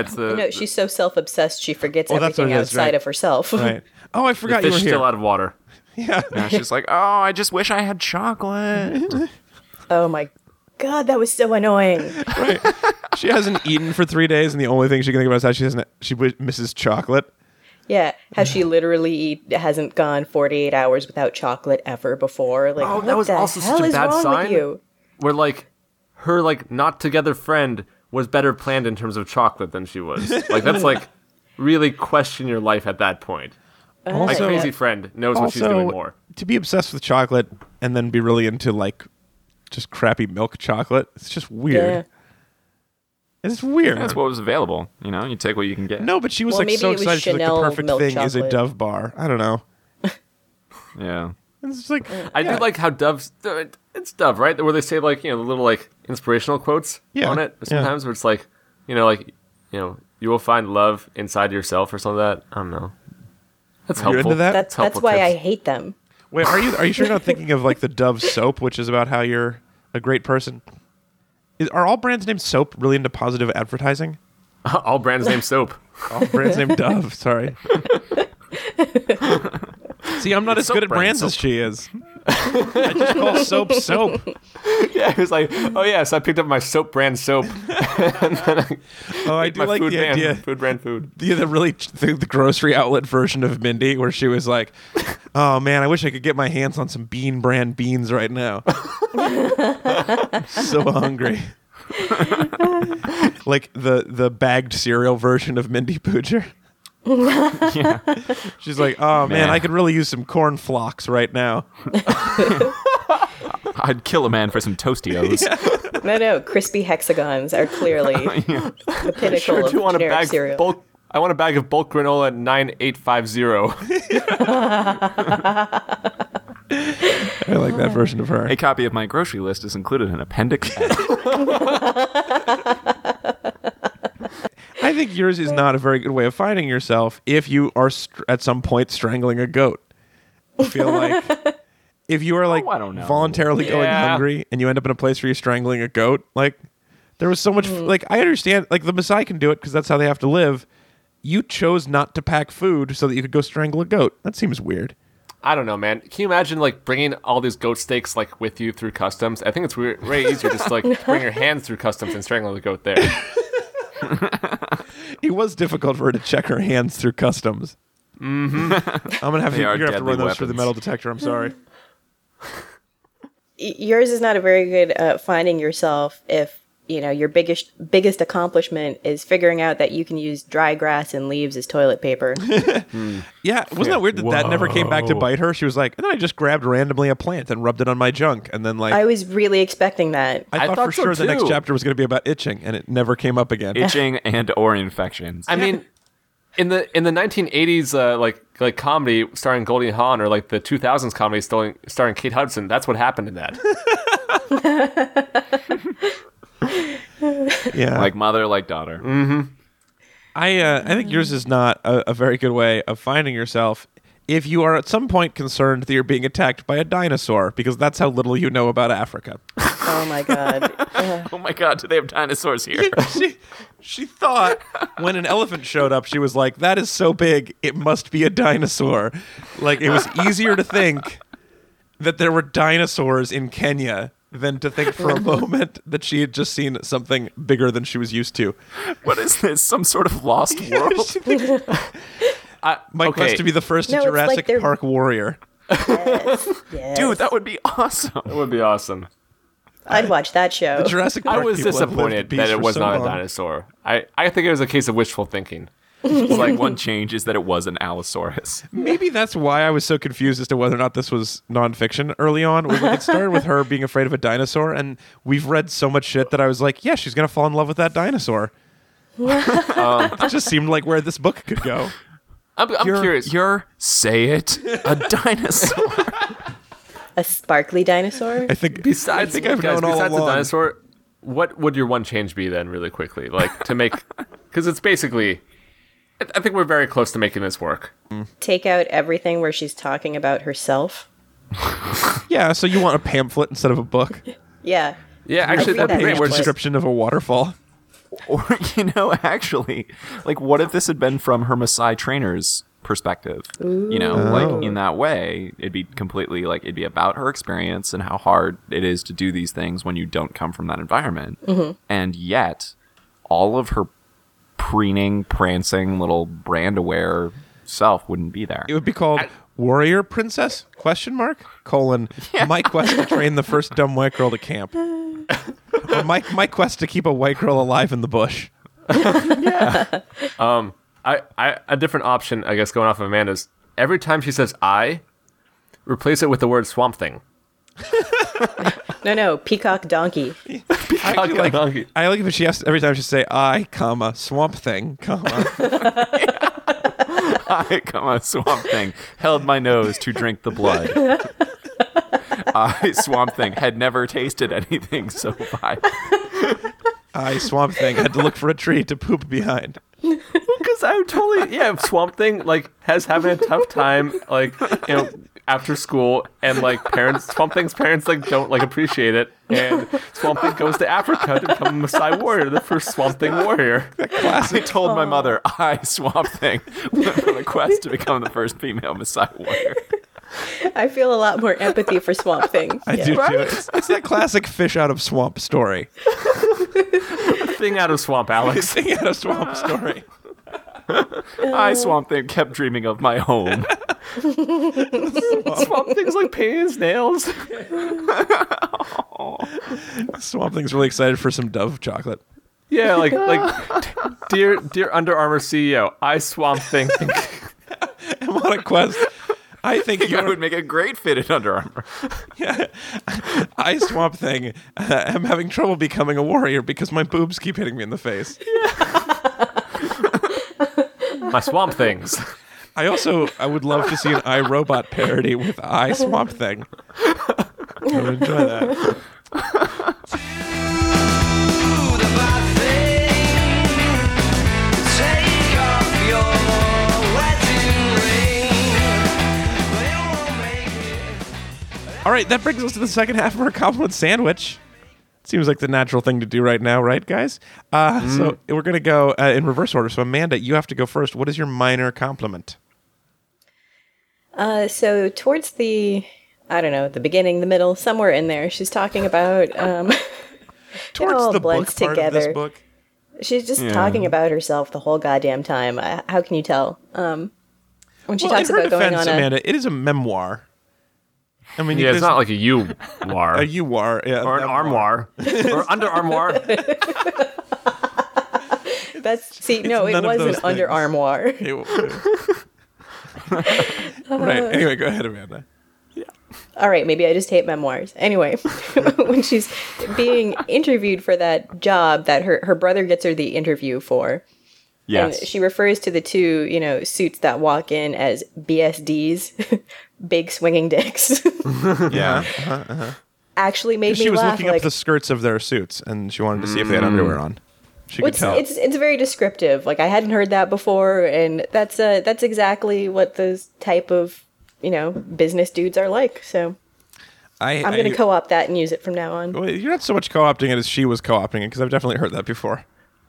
Speaker 2: it's the,
Speaker 4: You know, she's so self obsessed she forgets
Speaker 1: Oh, that's
Speaker 4: everything
Speaker 1: what it is,
Speaker 4: outside
Speaker 1: right.
Speaker 4: of herself.
Speaker 1: Right. Oh, I
Speaker 2: the
Speaker 1: forgot you
Speaker 2: fish
Speaker 1: were here.
Speaker 2: still out of water.
Speaker 1: yeah.
Speaker 3: Now she's like oh i just wish i had chocolate
Speaker 4: Oh my god, that was so annoying.
Speaker 1: she hasn't eaten for three days, and the only thing she can think about is how she doesn't. She wi- misses chocolate.
Speaker 4: Yeah, how she literally eat, hasn't gone 48 hours without chocolate ever before. Like,
Speaker 2: Oh, that
Speaker 4: what
Speaker 2: was
Speaker 4: the
Speaker 2: also such
Speaker 4: hell
Speaker 2: a
Speaker 4: is
Speaker 2: bad
Speaker 4: wrong
Speaker 2: sign.
Speaker 4: with you?
Speaker 2: Where like her like not together friend was better planned in terms of chocolate than she was. Like that's like really question your life at that point. My
Speaker 1: Also-
Speaker 2: crazy friend knows what she's doing more.
Speaker 1: to be obsessed with chocolate and then be really into like just crappy milk chocolate, it's just
Speaker 4: Yeah.
Speaker 1: weird. It's weird.
Speaker 3: that's what was available you know you take what you can get
Speaker 1: no, but she was
Speaker 4: Well,
Speaker 1: like so
Speaker 4: maybe it was
Speaker 1: excited. She's like, the
Speaker 4: Chanel
Speaker 1: perfect
Speaker 4: milk
Speaker 1: thing is a
Speaker 4: chocolate.
Speaker 1: Dove bar. I don't know.
Speaker 3: yeah
Speaker 1: It's just like
Speaker 2: I
Speaker 1: yeah.
Speaker 2: do like how Dove's uh, it's Dove, right? Where they say like you know the little like inspirational quotes
Speaker 1: Yeah,
Speaker 2: on it
Speaker 1: yeah.
Speaker 2: sometimes, where it's like you know like you know you will find love inside yourself or something like that. I don't know. That's
Speaker 1: You're
Speaker 2: helpful.
Speaker 1: into that?
Speaker 4: That's, that's
Speaker 2: helpful
Speaker 4: why I
Speaker 2: tips.
Speaker 4: hate them.
Speaker 1: Wait, are you are you sure you're not thinking of like the Dove soap, which is about how you're a great person? Is, are all brands named soap really into positive advertising?
Speaker 2: All brands name soap.
Speaker 1: All brands named Dove. Sorry. See, I'm not as good at
Speaker 3: brand
Speaker 1: brands as she is. I just call soap soap.
Speaker 2: yeah, it was like oh yeah, so I picked up my soap brand soap.
Speaker 1: Oh, I do
Speaker 2: my
Speaker 1: like
Speaker 2: food
Speaker 1: the
Speaker 2: brand
Speaker 1: idea.
Speaker 2: food brand food.
Speaker 1: Yeah, the really the, the grocery outlet version of Mindy, where she was like, "Oh man, I wish I could get my hands on some Bean brand beans right now. so hungry." like the the bagged cereal version of Mindy Poocher. She's like, "Oh man,
Speaker 3: Man.
Speaker 1: I could really use some corn flocks right now."
Speaker 3: i'd kill a man for some tostios
Speaker 4: No, no, crispy hexagons are clearly the pinnacle
Speaker 2: Sure,
Speaker 4: of
Speaker 2: do want a
Speaker 4: generic
Speaker 2: bag
Speaker 4: cereal.
Speaker 2: of bulk. I want a bag of bulk granola at nine eight five zero.
Speaker 1: I like that version of her.
Speaker 3: A copy of my grocery list is included in Appendix F.
Speaker 1: I think yours is not a very good way of finding yourself if you are str- at some point strangling a goat. I feel like if you are like
Speaker 3: Oh, I don't know.
Speaker 1: voluntarily going
Speaker 2: Yeah.
Speaker 1: hungry and you end up in a place where you're strangling a goat, like there was so much. Like I understand, like the Maasai can do it because that's how they have to live. You chose not to pack food so that you could go strangle a goat. That seems weird.
Speaker 2: I don't know, man. Can you imagine like bringing all these goat steaks like with you through customs? I think it's weir- way easier just to, like bring your hands through customs and strangle the goat there.
Speaker 1: It was difficult for her to check her hands through customs. Mm-hmm. I'm gonna have to,
Speaker 3: They
Speaker 1: you're
Speaker 3: are
Speaker 1: gonna have to
Speaker 3: deadly
Speaker 1: run those through the
Speaker 3: weapons.
Speaker 1: metal detector. I'm sorry.
Speaker 4: Y- Yours is not a very good uh, finding yourself if you know your biggest biggest accomplishment is figuring out that you can use dry grass and leaves as toilet paper.
Speaker 1: Yeah, wasn't that weird that that never came back to bite her? She was like, and then I just grabbed randomly a plant and rubbed it on my junk, and then like
Speaker 4: I
Speaker 1: I,
Speaker 4: was really expecting that.
Speaker 1: thought,
Speaker 2: thought
Speaker 1: for
Speaker 2: so,
Speaker 1: sure the next
Speaker 2: too.
Speaker 1: chapter was going to be about itching, and it never came up again.
Speaker 3: Itching and or infections.
Speaker 2: I mean, in the in the 1980s uh, like like comedy starring Goldie Hawn or like the 2000s comedy starring, starring Kate Hudson. That's what happened in that.
Speaker 1: yeah.
Speaker 7: Like mother, like daughter.
Speaker 1: I uh, I think yours is not a, a very good way of finding yourself if you are at some point concerned that you're being attacked by a dinosaur because that's how little you know about Africa.
Speaker 4: Oh my god.
Speaker 7: Oh my god, do they have dinosaurs here?
Speaker 1: she she thought when an elephant showed up, she was like, "That is so big, it must be a dinosaur." Like it was easier to think that there were dinosaurs in Kenya than to think for a moment that she had just seen something bigger than she was used to.
Speaker 7: what is this? Some sort of lost world?
Speaker 1: Mike
Speaker 2: Okay.
Speaker 1: wants to be the first
Speaker 4: No, it's like
Speaker 1: Jurassic
Speaker 4: they're-
Speaker 1: Park warrior.
Speaker 4: Yes.
Speaker 7: Dude, that would be awesome.
Speaker 2: That would be awesome.
Speaker 4: I'd watch that show.
Speaker 1: Jurassic Park.
Speaker 2: I was
Speaker 1: people have lived
Speaker 2: disappointed
Speaker 1: at peace
Speaker 2: that it
Speaker 1: for
Speaker 2: was
Speaker 1: so
Speaker 2: not a
Speaker 1: long.
Speaker 2: dinosaur. I, I think it was a case of wishful thinking.
Speaker 7: It's like one change is that it was an Allosaurus.
Speaker 1: Maybe that's why I was so confused as to whether or not this was nonfiction early on. Was like it started with her being afraid of a dinosaur, and we've read so much shit that I was like, yeah, she's gonna fall in love with that dinosaur.
Speaker 2: Um,
Speaker 1: it just seemed like where this book could go.
Speaker 2: I'm, I'm
Speaker 7: You're-
Speaker 2: curious.
Speaker 7: You're say it a dinosaur.
Speaker 4: A sparkly dinosaur?
Speaker 1: I think.
Speaker 2: besides,
Speaker 1: I think I've
Speaker 2: guys,
Speaker 1: known all
Speaker 2: besides
Speaker 1: along.
Speaker 2: the dinosaur, what would your one change be then, really quickly? Like to make, because it's basically, I I think we're very close to making this work.
Speaker 4: Take out everything where she's talking about herself.
Speaker 1: Yeah, so you want a pamphlet instead of a book?
Speaker 4: Yeah.
Speaker 2: Yeah, actually,
Speaker 4: think
Speaker 2: that'd be
Speaker 4: that
Speaker 2: great.
Speaker 4: makes
Speaker 2: We're
Speaker 1: Page
Speaker 2: just,
Speaker 1: description of a waterfall.
Speaker 3: or you know, actually, like what if this had been from her Maasai trainer's perspective? You know, like in that way, it'd be completely like it'd be about her experience and how hard it is to do these things when you don't come from that environment. And yet, all of her preening, prancing, little brand aware self wouldn't be there.
Speaker 1: It would be called Warrior Princess? Question mark colon My quest to train the first dumb white girl to camp. or my my quest to keep a white girl alive in the bush.
Speaker 2: I, I, a different option, I guess, going off of Amanda's. Every time she says "I," replace it with the word "swamp thing."
Speaker 4: No, no, peacock donkey.
Speaker 1: I
Speaker 2: Cock
Speaker 1: actually
Speaker 2: and
Speaker 1: like,
Speaker 2: donkey.
Speaker 1: I like it when she has every time she say I comma swamp thing comma.
Speaker 3: I come on swamp thing held my nose to drink the blood. I swamp thing had never tasted anything so fine.
Speaker 1: I swamp thing had to look for a tree to poop behind.
Speaker 2: Because I would totally, yeah, Swamp Thing like has having a tough time, like you know, after school, and like parents, Swamp Thing's parents like don't like appreciate it, and Swamp Thing goes to Africa to become a Maasai warrior, the first Swamp Thing warrior.
Speaker 3: I told my mother I swamp thing went on a quest to become the first female Maasai warrior.
Speaker 4: I feel a lot more empathy for Swamp Thing.
Speaker 1: I do too. It's, it's that classic fish out of swamp story.
Speaker 2: Thing out of swamp, Alex.
Speaker 1: Thing out of swamp story.
Speaker 3: I swamp thing kept dreaming of my home.
Speaker 2: swamp Thing's like painting his nails.
Speaker 1: Swamp thing's really excited for some dove chocolate.
Speaker 2: Yeah, like like dear dear Under Armour CEO, I Swamp Thing. Think
Speaker 1: I'm on a quest. I think
Speaker 3: I
Speaker 1: you're
Speaker 3: would make a great fit at Under Armour.
Speaker 1: I swamp thing. Uh, I'm having trouble becoming a warrior because my boobs keep hitting me in the face.
Speaker 2: my Swamp Things.
Speaker 1: I also I would love to see an iRobot parody with I swamp thing. I would enjoy that. All right, that brings us to the second half of our compliment sandwich. Seems like the natural thing to do right now, right, guys? Uh, So we're going to go uh, in reverse order. So Amanda, you have to go first. What is your minor compliment?
Speaker 4: Uh, so towards the, I don't know, the beginning, the middle, somewhere in there, she's talking about. Um,
Speaker 1: Towards
Speaker 4: all
Speaker 1: the book
Speaker 4: blends
Speaker 1: part of this
Speaker 4: together.
Speaker 1: book.
Speaker 4: she's just talking about herself the whole goddamn time. I, how can you tell? Um, when she
Speaker 1: Well, in
Speaker 4: talks
Speaker 1: her
Speaker 4: about going
Speaker 1: defense,
Speaker 4: on a,
Speaker 1: Amanda, it is a memoir. I mean,
Speaker 2: Yeah, it's
Speaker 1: there's-
Speaker 2: not like a you
Speaker 1: a
Speaker 2: war
Speaker 1: you are yeah,
Speaker 2: or an
Speaker 1: that-
Speaker 2: armoire or under armoire.
Speaker 4: that's see, no, it
Speaker 1: none of
Speaker 4: was
Speaker 1: those
Speaker 4: an
Speaker 1: things.
Speaker 4: under armoire.
Speaker 1: It will do. right. Anyway, go ahead, Amanda.
Speaker 4: all right, maybe I just hate memoirs. Anyway, when she's being interviewed for that job that her, her brother gets her the interview for,
Speaker 3: Yes.
Speaker 4: And she refers to the two, you know, suits that walk in as BSDs, big swinging dicks.
Speaker 1: Yeah.
Speaker 4: Actually made me
Speaker 1: she was
Speaker 4: laugh.
Speaker 1: looking
Speaker 4: like,
Speaker 1: up the skirts of their suits and she wanted to see if they
Speaker 2: Mm.
Speaker 1: had underwear on. She could
Speaker 4: it's,
Speaker 1: tell.
Speaker 4: it's it's very descriptive. Like I hadn't heard that before, and that's uh that's exactly what those type of you know business dudes are like. So
Speaker 1: I,
Speaker 4: I'm gonna
Speaker 1: I-
Speaker 4: co-opt that and use it from now on.
Speaker 1: Well, you're not so much co opting it as she was co opting it because I've definitely heard that before.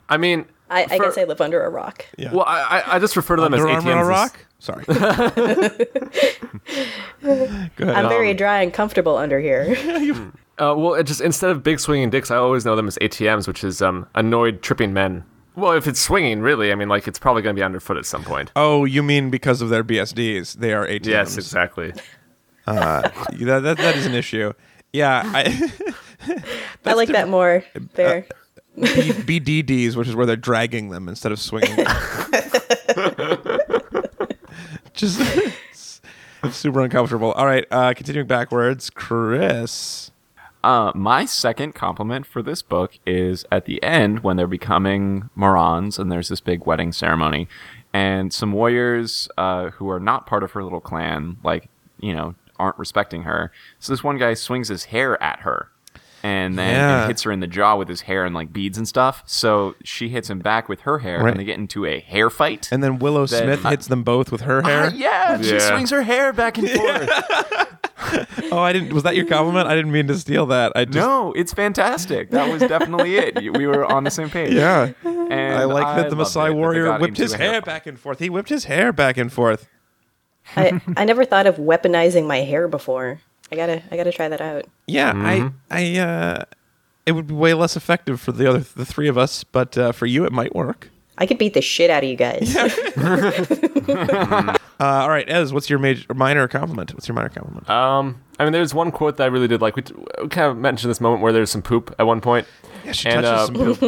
Speaker 2: I mean,
Speaker 4: I, I
Speaker 2: for-
Speaker 4: guess I live under a rock.
Speaker 1: Yeah.
Speaker 2: well, I, I- I just refer to them
Speaker 1: Under
Speaker 2: as
Speaker 1: Armour
Speaker 2: ATMs.
Speaker 1: Rock? Sorry. Go ahead.
Speaker 4: I'm very dry and comfortable under here.
Speaker 2: Uh, well, it just instead of big swinging dicks, I always know them as ATMs, which is um, annoyed tripping men. Well, if it's swinging, really, I mean, like it's probably going to be underfoot at some point.
Speaker 1: Oh, you mean because of their BSDs? They are ATMs.
Speaker 2: Yes, exactly.
Speaker 1: That, that, that is an issue. Yeah, I,
Speaker 4: I like that more there.
Speaker 1: B- BDDs, which is where they're dragging them instead of swinging. Just it's super uncomfortable. All right, uh, continuing backwards, Chris.
Speaker 3: Uh, my second compliment for this book is at the end when they're becoming morons and there's this big wedding ceremony, and some warriors uh, who are not part of her little clan, like you know, aren't respecting her. So this one guy swings his hair at her, and then
Speaker 1: Yeah.
Speaker 3: and hits her in the jaw with his hair and like beads and stuff. So she hits him back with her hair,
Speaker 1: Right.
Speaker 3: and they get into a hair fight.
Speaker 1: And then Willow
Speaker 3: Then-
Speaker 1: Smith hits them both with her hair.
Speaker 3: Ah, yeah, she
Speaker 2: Yeah.
Speaker 3: swings her hair back and forth.
Speaker 1: Oh, I didn't. Was that your compliment? I didn't mean to steal that. I just,
Speaker 3: No, it's fantastic. That was definitely it. We were on the same page.
Speaker 1: Yeah,
Speaker 3: And
Speaker 1: I like that the
Speaker 3: loved
Speaker 1: Maasai
Speaker 3: it, that they
Speaker 1: warrior
Speaker 3: got
Speaker 1: whipped
Speaker 3: into
Speaker 1: his
Speaker 3: a
Speaker 1: hair,
Speaker 3: hair-
Speaker 1: back and forth. He whipped his hair back and forth.
Speaker 4: I, I never thought of weaponizing my hair before. I gotta I gotta try that out.
Speaker 1: Yeah,
Speaker 3: Mm-hmm.
Speaker 1: I, I, uh, it would be way less effective for the other, the three of us, but uh, for you, it might work.
Speaker 4: I could beat the shit out of you guys.
Speaker 1: Uh, all right, Ez, what's your major, minor compliment? What's your minor compliment?
Speaker 2: Um, I mean, there's one quote that I really did like. We, t- we kind of mentioned this moment where there's some poop at one point.
Speaker 1: yeah, she
Speaker 2: and,
Speaker 1: touches
Speaker 2: uh,
Speaker 1: some poop.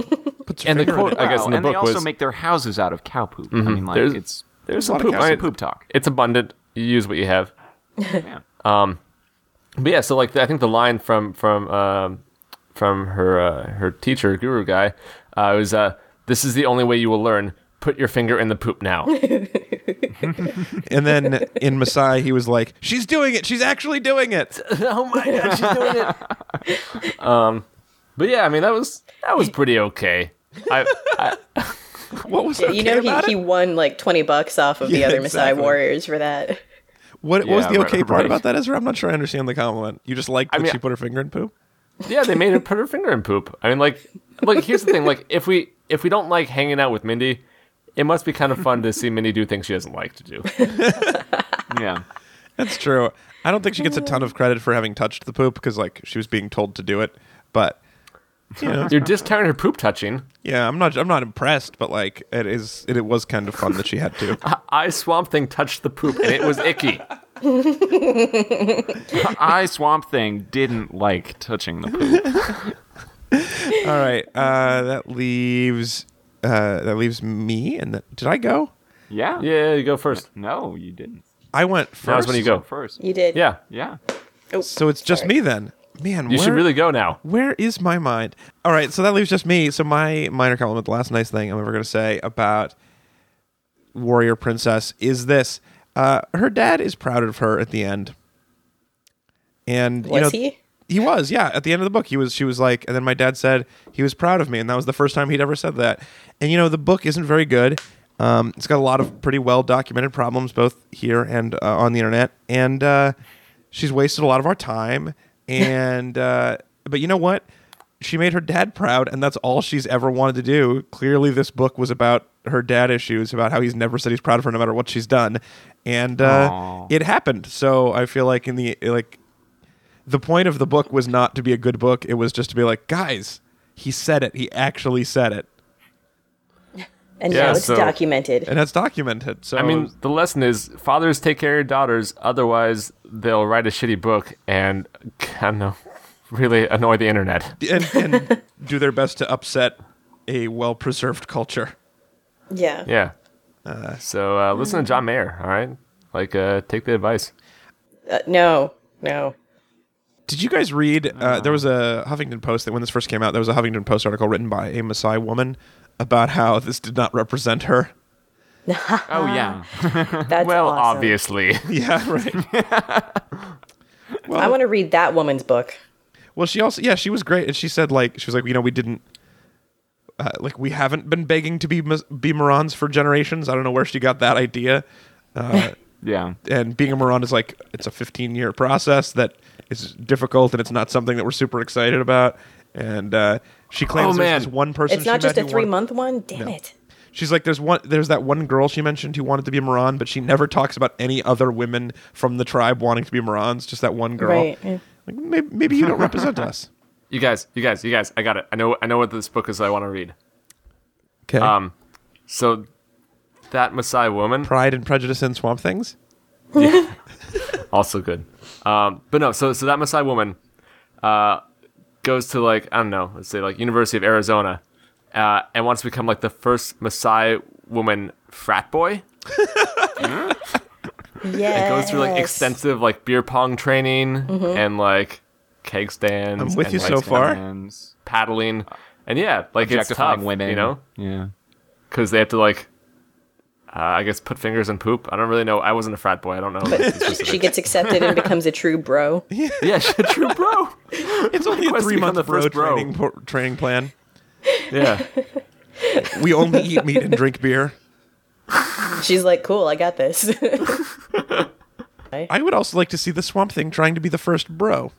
Speaker 1: Puts her
Speaker 2: and the
Speaker 1: finger in
Speaker 2: quote-
Speaker 1: it.
Speaker 2: I guess
Speaker 3: Wow,
Speaker 2: in the
Speaker 3: and
Speaker 2: book
Speaker 3: they also
Speaker 2: was-
Speaker 3: make their houses out of cow poop. I mean, like
Speaker 2: There's-
Speaker 3: it's
Speaker 2: There's
Speaker 1: a
Speaker 2: some
Speaker 1: lot of
Speaker 2: poop.
Speaker 1: cows
Speaker 2: I
Speaker 1: in
Speaker 2: mean,
Speaker 3: poop talk.
Speaker 2: It's abundant. You use what you have.
Speaker 3: Yeah.
Speaker 2: But yeah, so like I think the line from from um, from her uh, her teacher guru guy uh, was uh, "This is the only way you will learn. Put your finger in the poop now."
Speaker 1: and then in Maasai, he was like, "She's doing it. She's actually doing it."
Speaker 2: oh my god, she's doing it. um, but yeah, I mean that was that was pretty okay. I, I
Speaker 1: What was okay
Speaker 4: you know
Speaker 1: about
Speaker 4: he, he
Speaker 1: it?
Speaker 4: won like twenty bucks off of the
Speaker 1: Yeah,
Speaker 4: other Maasai
Speaker 1: exactly.
Speaker 4: warriors for that.
Speaker 1: What, what was
Speaker 3: Yeah,
Speaker 1: the
Speaker 3: right,
Speaker 1: okay part
Speaker 3: right.
Speaker 1: about that, Ezra? I'm not sure I understand the compliment. You just like that
Speaker 2: mean-
Speaker 1: she put her finger in poop.
Speaker 2: yeah, they made her put her finger in poop. I mean, like, like here's the thing: like, if we if we don't like hanging out with Mindy, it must be kind of fun to see Mindy do things she doesn't like to do.
Speaker 3: yeah.
Speaker 1: That's true. I don't think she gets a ton of credit for having touched the poop because like she was being told to do it. But you know,
Speaker 2: You're discounting her poop touching.
Speaker 1: yeah, I'm not I'm not impressed. But like it is it, it was kind of fun that she had to.
Speaker 2: I Swamp Thing touched the poop and it was icky.
Speaker 3: I Swamp Thing didn't like touching the poop.
Speaker 1: All right, uh, that leaves uh, that leaves me. And that did I go?
Speaker 3: Yeah.
Speaker 2: Yeah, you go first.
Speaker 3: No, you didn't.
Speaker 1: I went first.
Speaker 2: Now's when you go.
Speaker 3: First.
Speaker 4: You did. Oh,
Speaker 2: Yeah,
Speaker 3: Yeah.
Speaker 1: So it's just me then. Man,
Speaker 2: you
Speaker 1: where,
Speaker 2: should really go now.
Speaker 1: Where is my mind? All right, so that leaves just me. So my minor compliment, the last nice thing I'm ever going to say about Warrior Princess is this: uh, her dad is proud of her at the end. And you
Speaker 4: Was
Speaker 1: know,
Speaker 4: he?
Speaker 1: He was, yeah. At the end of the book, he was. She was like, and then my dad said he was proud of me, and that was the first time he'd ever said that. And you know, the book isn't very good. Um, it's got a lot of pretty well documented problems, both here and uh, on the internet. And uh, she's wasted a lot of our time. And uh, but you know what? She made her dad proud, and that's all she's ever wanted to do. Clearly, this book was about her dad issues, about how he's never said he's proud of her no matter what she's done, and uh,
Speaker 3: Aw.
Speaker 1: it happened. So I feel like in the like the point of the book was not to be a good book. It was just to be like, guys, he said it. He actually said it,
Speaker 4: And
Speaker 2: Yeah,
Speaker 4: now it's
Speaker 2: so-
Speaker 4: documented.
Speaker 1: and that's documented. So
Speaker 2: I mean, the lesson is fathers take care of your daughters, otherwise they'll write a shitty book and I don't know, really annoy the internet.
Speaker 1: and, and do their best to upset a well preserved culture.
Speaker 4: yeah.
Speaker 2: Yeah. so uh, listen to John Mayer. All right, like uh, take the advice.
Speaker 4: Uh, no. No.
Speaker 1: Did you guys
Speaker 2: Uh,
Speaker 1: read? Uh, there was a Huffington Post that when this first came out, there was a Huffington Post article written by a Maasai woman about how this did not represent her.
Speaker 3: Oh yeah.
Speaker 4: That's
Speaker 2: Well,
Speaker 4: awesome.
Speaker 2: obviously.
Speaker 1: Yeah, right.
Speaker 4: I want to read that woman's book.
Speaker 1: Well, she also yeah, she was great, and she said like she was like you know we didn't uh, like we haven't been begging to be mis- be morons for generations. I don't know where she got that idea.
Speaker 3: Yeah.
Speaker 1: And being a moron is like it's a 15 year process that is difficult, and it's not something that we're super excited about. And uh, she claims there's
Speaker 2: Oh, man.
Speaker 1: this one person.
Speaker 4: It's
Speaker 1: she met
Speaker 4: not just a
Speaker 1: who wanted-
Speaker 4: three month one. Damn it.
Speaker 1: She's like, there's one, there's that one girl she mentioned who wanted to be a Moran, but she never talks about any other women from the tribe wanting to be Morons. Just that one girl.
Speaker 4: Right, yeah.
Speaker 1: Like, maybe, maybe you don't represent us.
Speaker 2: You guys, you guys, you guys. I got it. I know. I know what this book is. I want to read.
Speaker 1: Okay.
Speaker 2: Um, so that Maasai woman,
Speaker 1: Pride and Prejudice and Swamp Things.
Speaker 2: also good. Um, but no. So so that Maasai woman, uh, goes to like I don't know. Let's say like University of Arizona, uh, and wants to become like the first Maasai woman frat boy.
Speaker 4: Yeah.
Speaker 2: It goes through like extensive like beer pong training and like keg stands.
Speaker 1: I'm with
Speaker 2: and,
Speaker 1: you
Speaker 2: like,
Speaker 1: so far.
Speaker 3: Hands,
Speaker 2: Paddling, and yeah, like it's
Speaker 3: objectifying
Speaker 2: tough,
Speaker 3: women.
Speaker 2: You know,
Speaker 3: Yeah.
Speaker 2: because they have to like. Uh, I guess put fingers in poop. I don't really know. I wasn't a frat boy. I don't know.
Speaker 4: She gets accepted and becomes a true bro.
Speaker 2: yeah, shit, true bro.
Speaker 1: It's only a
Speaker 2: Quest to
Speaker 1: three month
Speaker 2: become the
Speaker 1: bro
Speaker 2: first bro.
Speaker 1: training por- training plan.
Speaker 2: Yeah,
Speaker 1: We only eat meat and drink beer.
Speaker 4: She's like, cool, I got this.
Speaker 1: I would also like to see the Swamp Thing trying to be the first bro.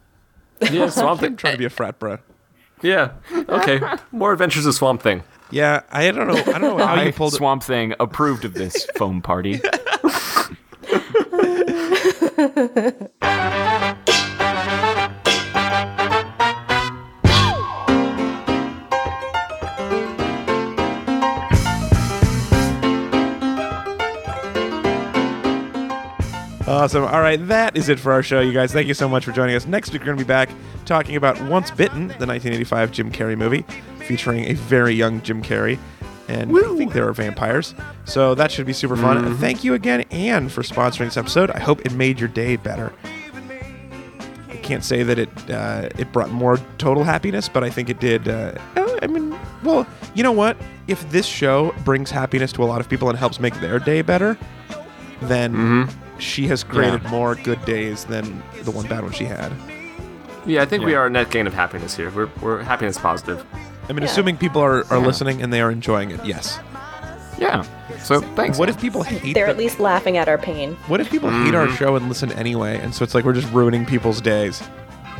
Speaker 2: yeah,
Speaker 1: I'm
Speaker 2: Swamp Thing.
Speaker 1: trying to be a frat bro.
Speaker 2: Yeah, okay. More adventures of Swamp Thing.
Speaker 1: Yeah, I don't know. I don't know how
Speaker 3: I
Speaker 1: you pulled it.
Speaker 3: Swamp Thing approved of this foam party.
Speaker 1: Awesome. All right, that is it for our show, you guys. Thank you so much for joining us. Next week, we're going to be back talking about Once Bitten, the 1985 Jim Carrey movie, featuring a very young Jim Carrey. And I think there are vampires. So that should be super fun. And thank you again, Anne, for sponsoring this episode. I hope it made your day better. I can't say that it uh, it brought more total happiness, but I think it did. Uh, I mean, well, you know what? If this show brings happiness to a lot of people and helps make their day better, then she has created more good days than the one bad one she had.
Speaker 2: Yeah, I think we are a net gain of happiness here. We're we're happiness positive.
Speaker 1: I mean, assuming people are, are listening and they are enjoying it, yes.
Speaker 3: Yeah. So thanks.
Speaker 1: What if people hate?
Speaker 4: They're
Speaker 1: the-
Speaker 4: at least laughing at our pain.
Speaker 1: what if people hate our show and listen anyway? And so it's like we're just ruining people's days.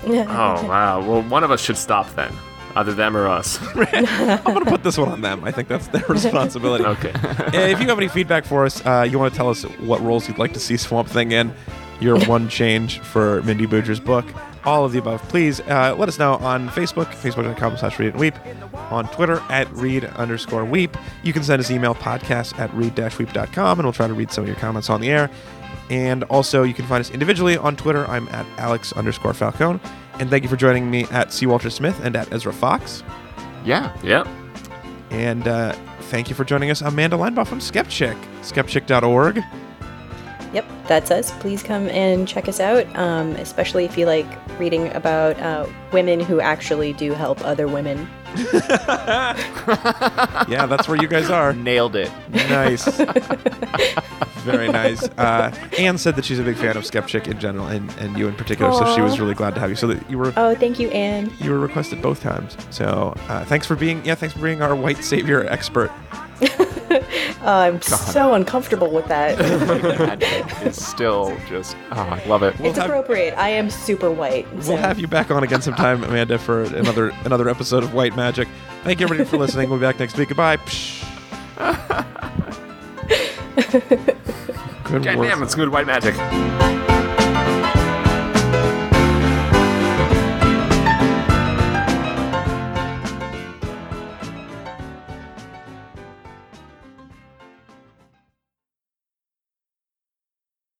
Speaker 2: Oh wow. Well, one of us should stop then, either them or us.
Speaker 1: I'm gonna put this one on them. I think that's their responsibility.
Speaker 2: Okay.
Speaker 1: Uh, if you have any feedback for us, uh, you want to tell us what roles you'd like to see Swamp Thing in, your one change for Mindy Booger's book, all of the above, please uh, let us know on Facebook, facebook.com slash read and weep, on Twitter at read underscore weep. You can send us email podcast at read weep.com and we'll try to read some of your comments on the air. And also, you can find us individually on Twitter. I'm at alex underscore falcone. And thank you for joining me at C. Walter Smith and at Ezra Fox.
Speaker 3: Yeah.
Speaker 2: Yep.
Speaker 1: And uh, thank you for joining us, Amanda Linebaugh from Skepchick, skepchick.org.
Speaker 4: Yep, that's us. Please come and check us out, um, especially if you like reading about uh, women who actually do help other women.
Speaker 1: Yeah, that's where you guys are.
Speaker 3: Nailed it.
Speaker 1: nice. Very nice. Uh, Anne said that she's a big fan of Skepchick in general and, and you in particular, so she was
Speaker 4: Aw.
Speaker 1: really glad to have you. So that you were
Speaker 4: Oh, thank you, Anne.
Speaker 1: you were requested both times. So uh, thanks for being yeah, thanks for being our white savior expert.
Speaker 4: Oh, I'm so uncomfortable with that.
Speaker 3: It's still just. Oh, I love it.
Speaker 4: it's
Speaker 1: have-
Speaker 4: appropriate. I am super white. so-
Speaker 1: We'll have you back on again sometime, Amanda, for another another episode of White Magic. Thank you everybody for listening. We'll be back next week. Goodbye. Psh. Good
Speaker 2: God
Speaker 1: work.
Speaker 2: damn, it's good white magic.
Speaker 6: Thank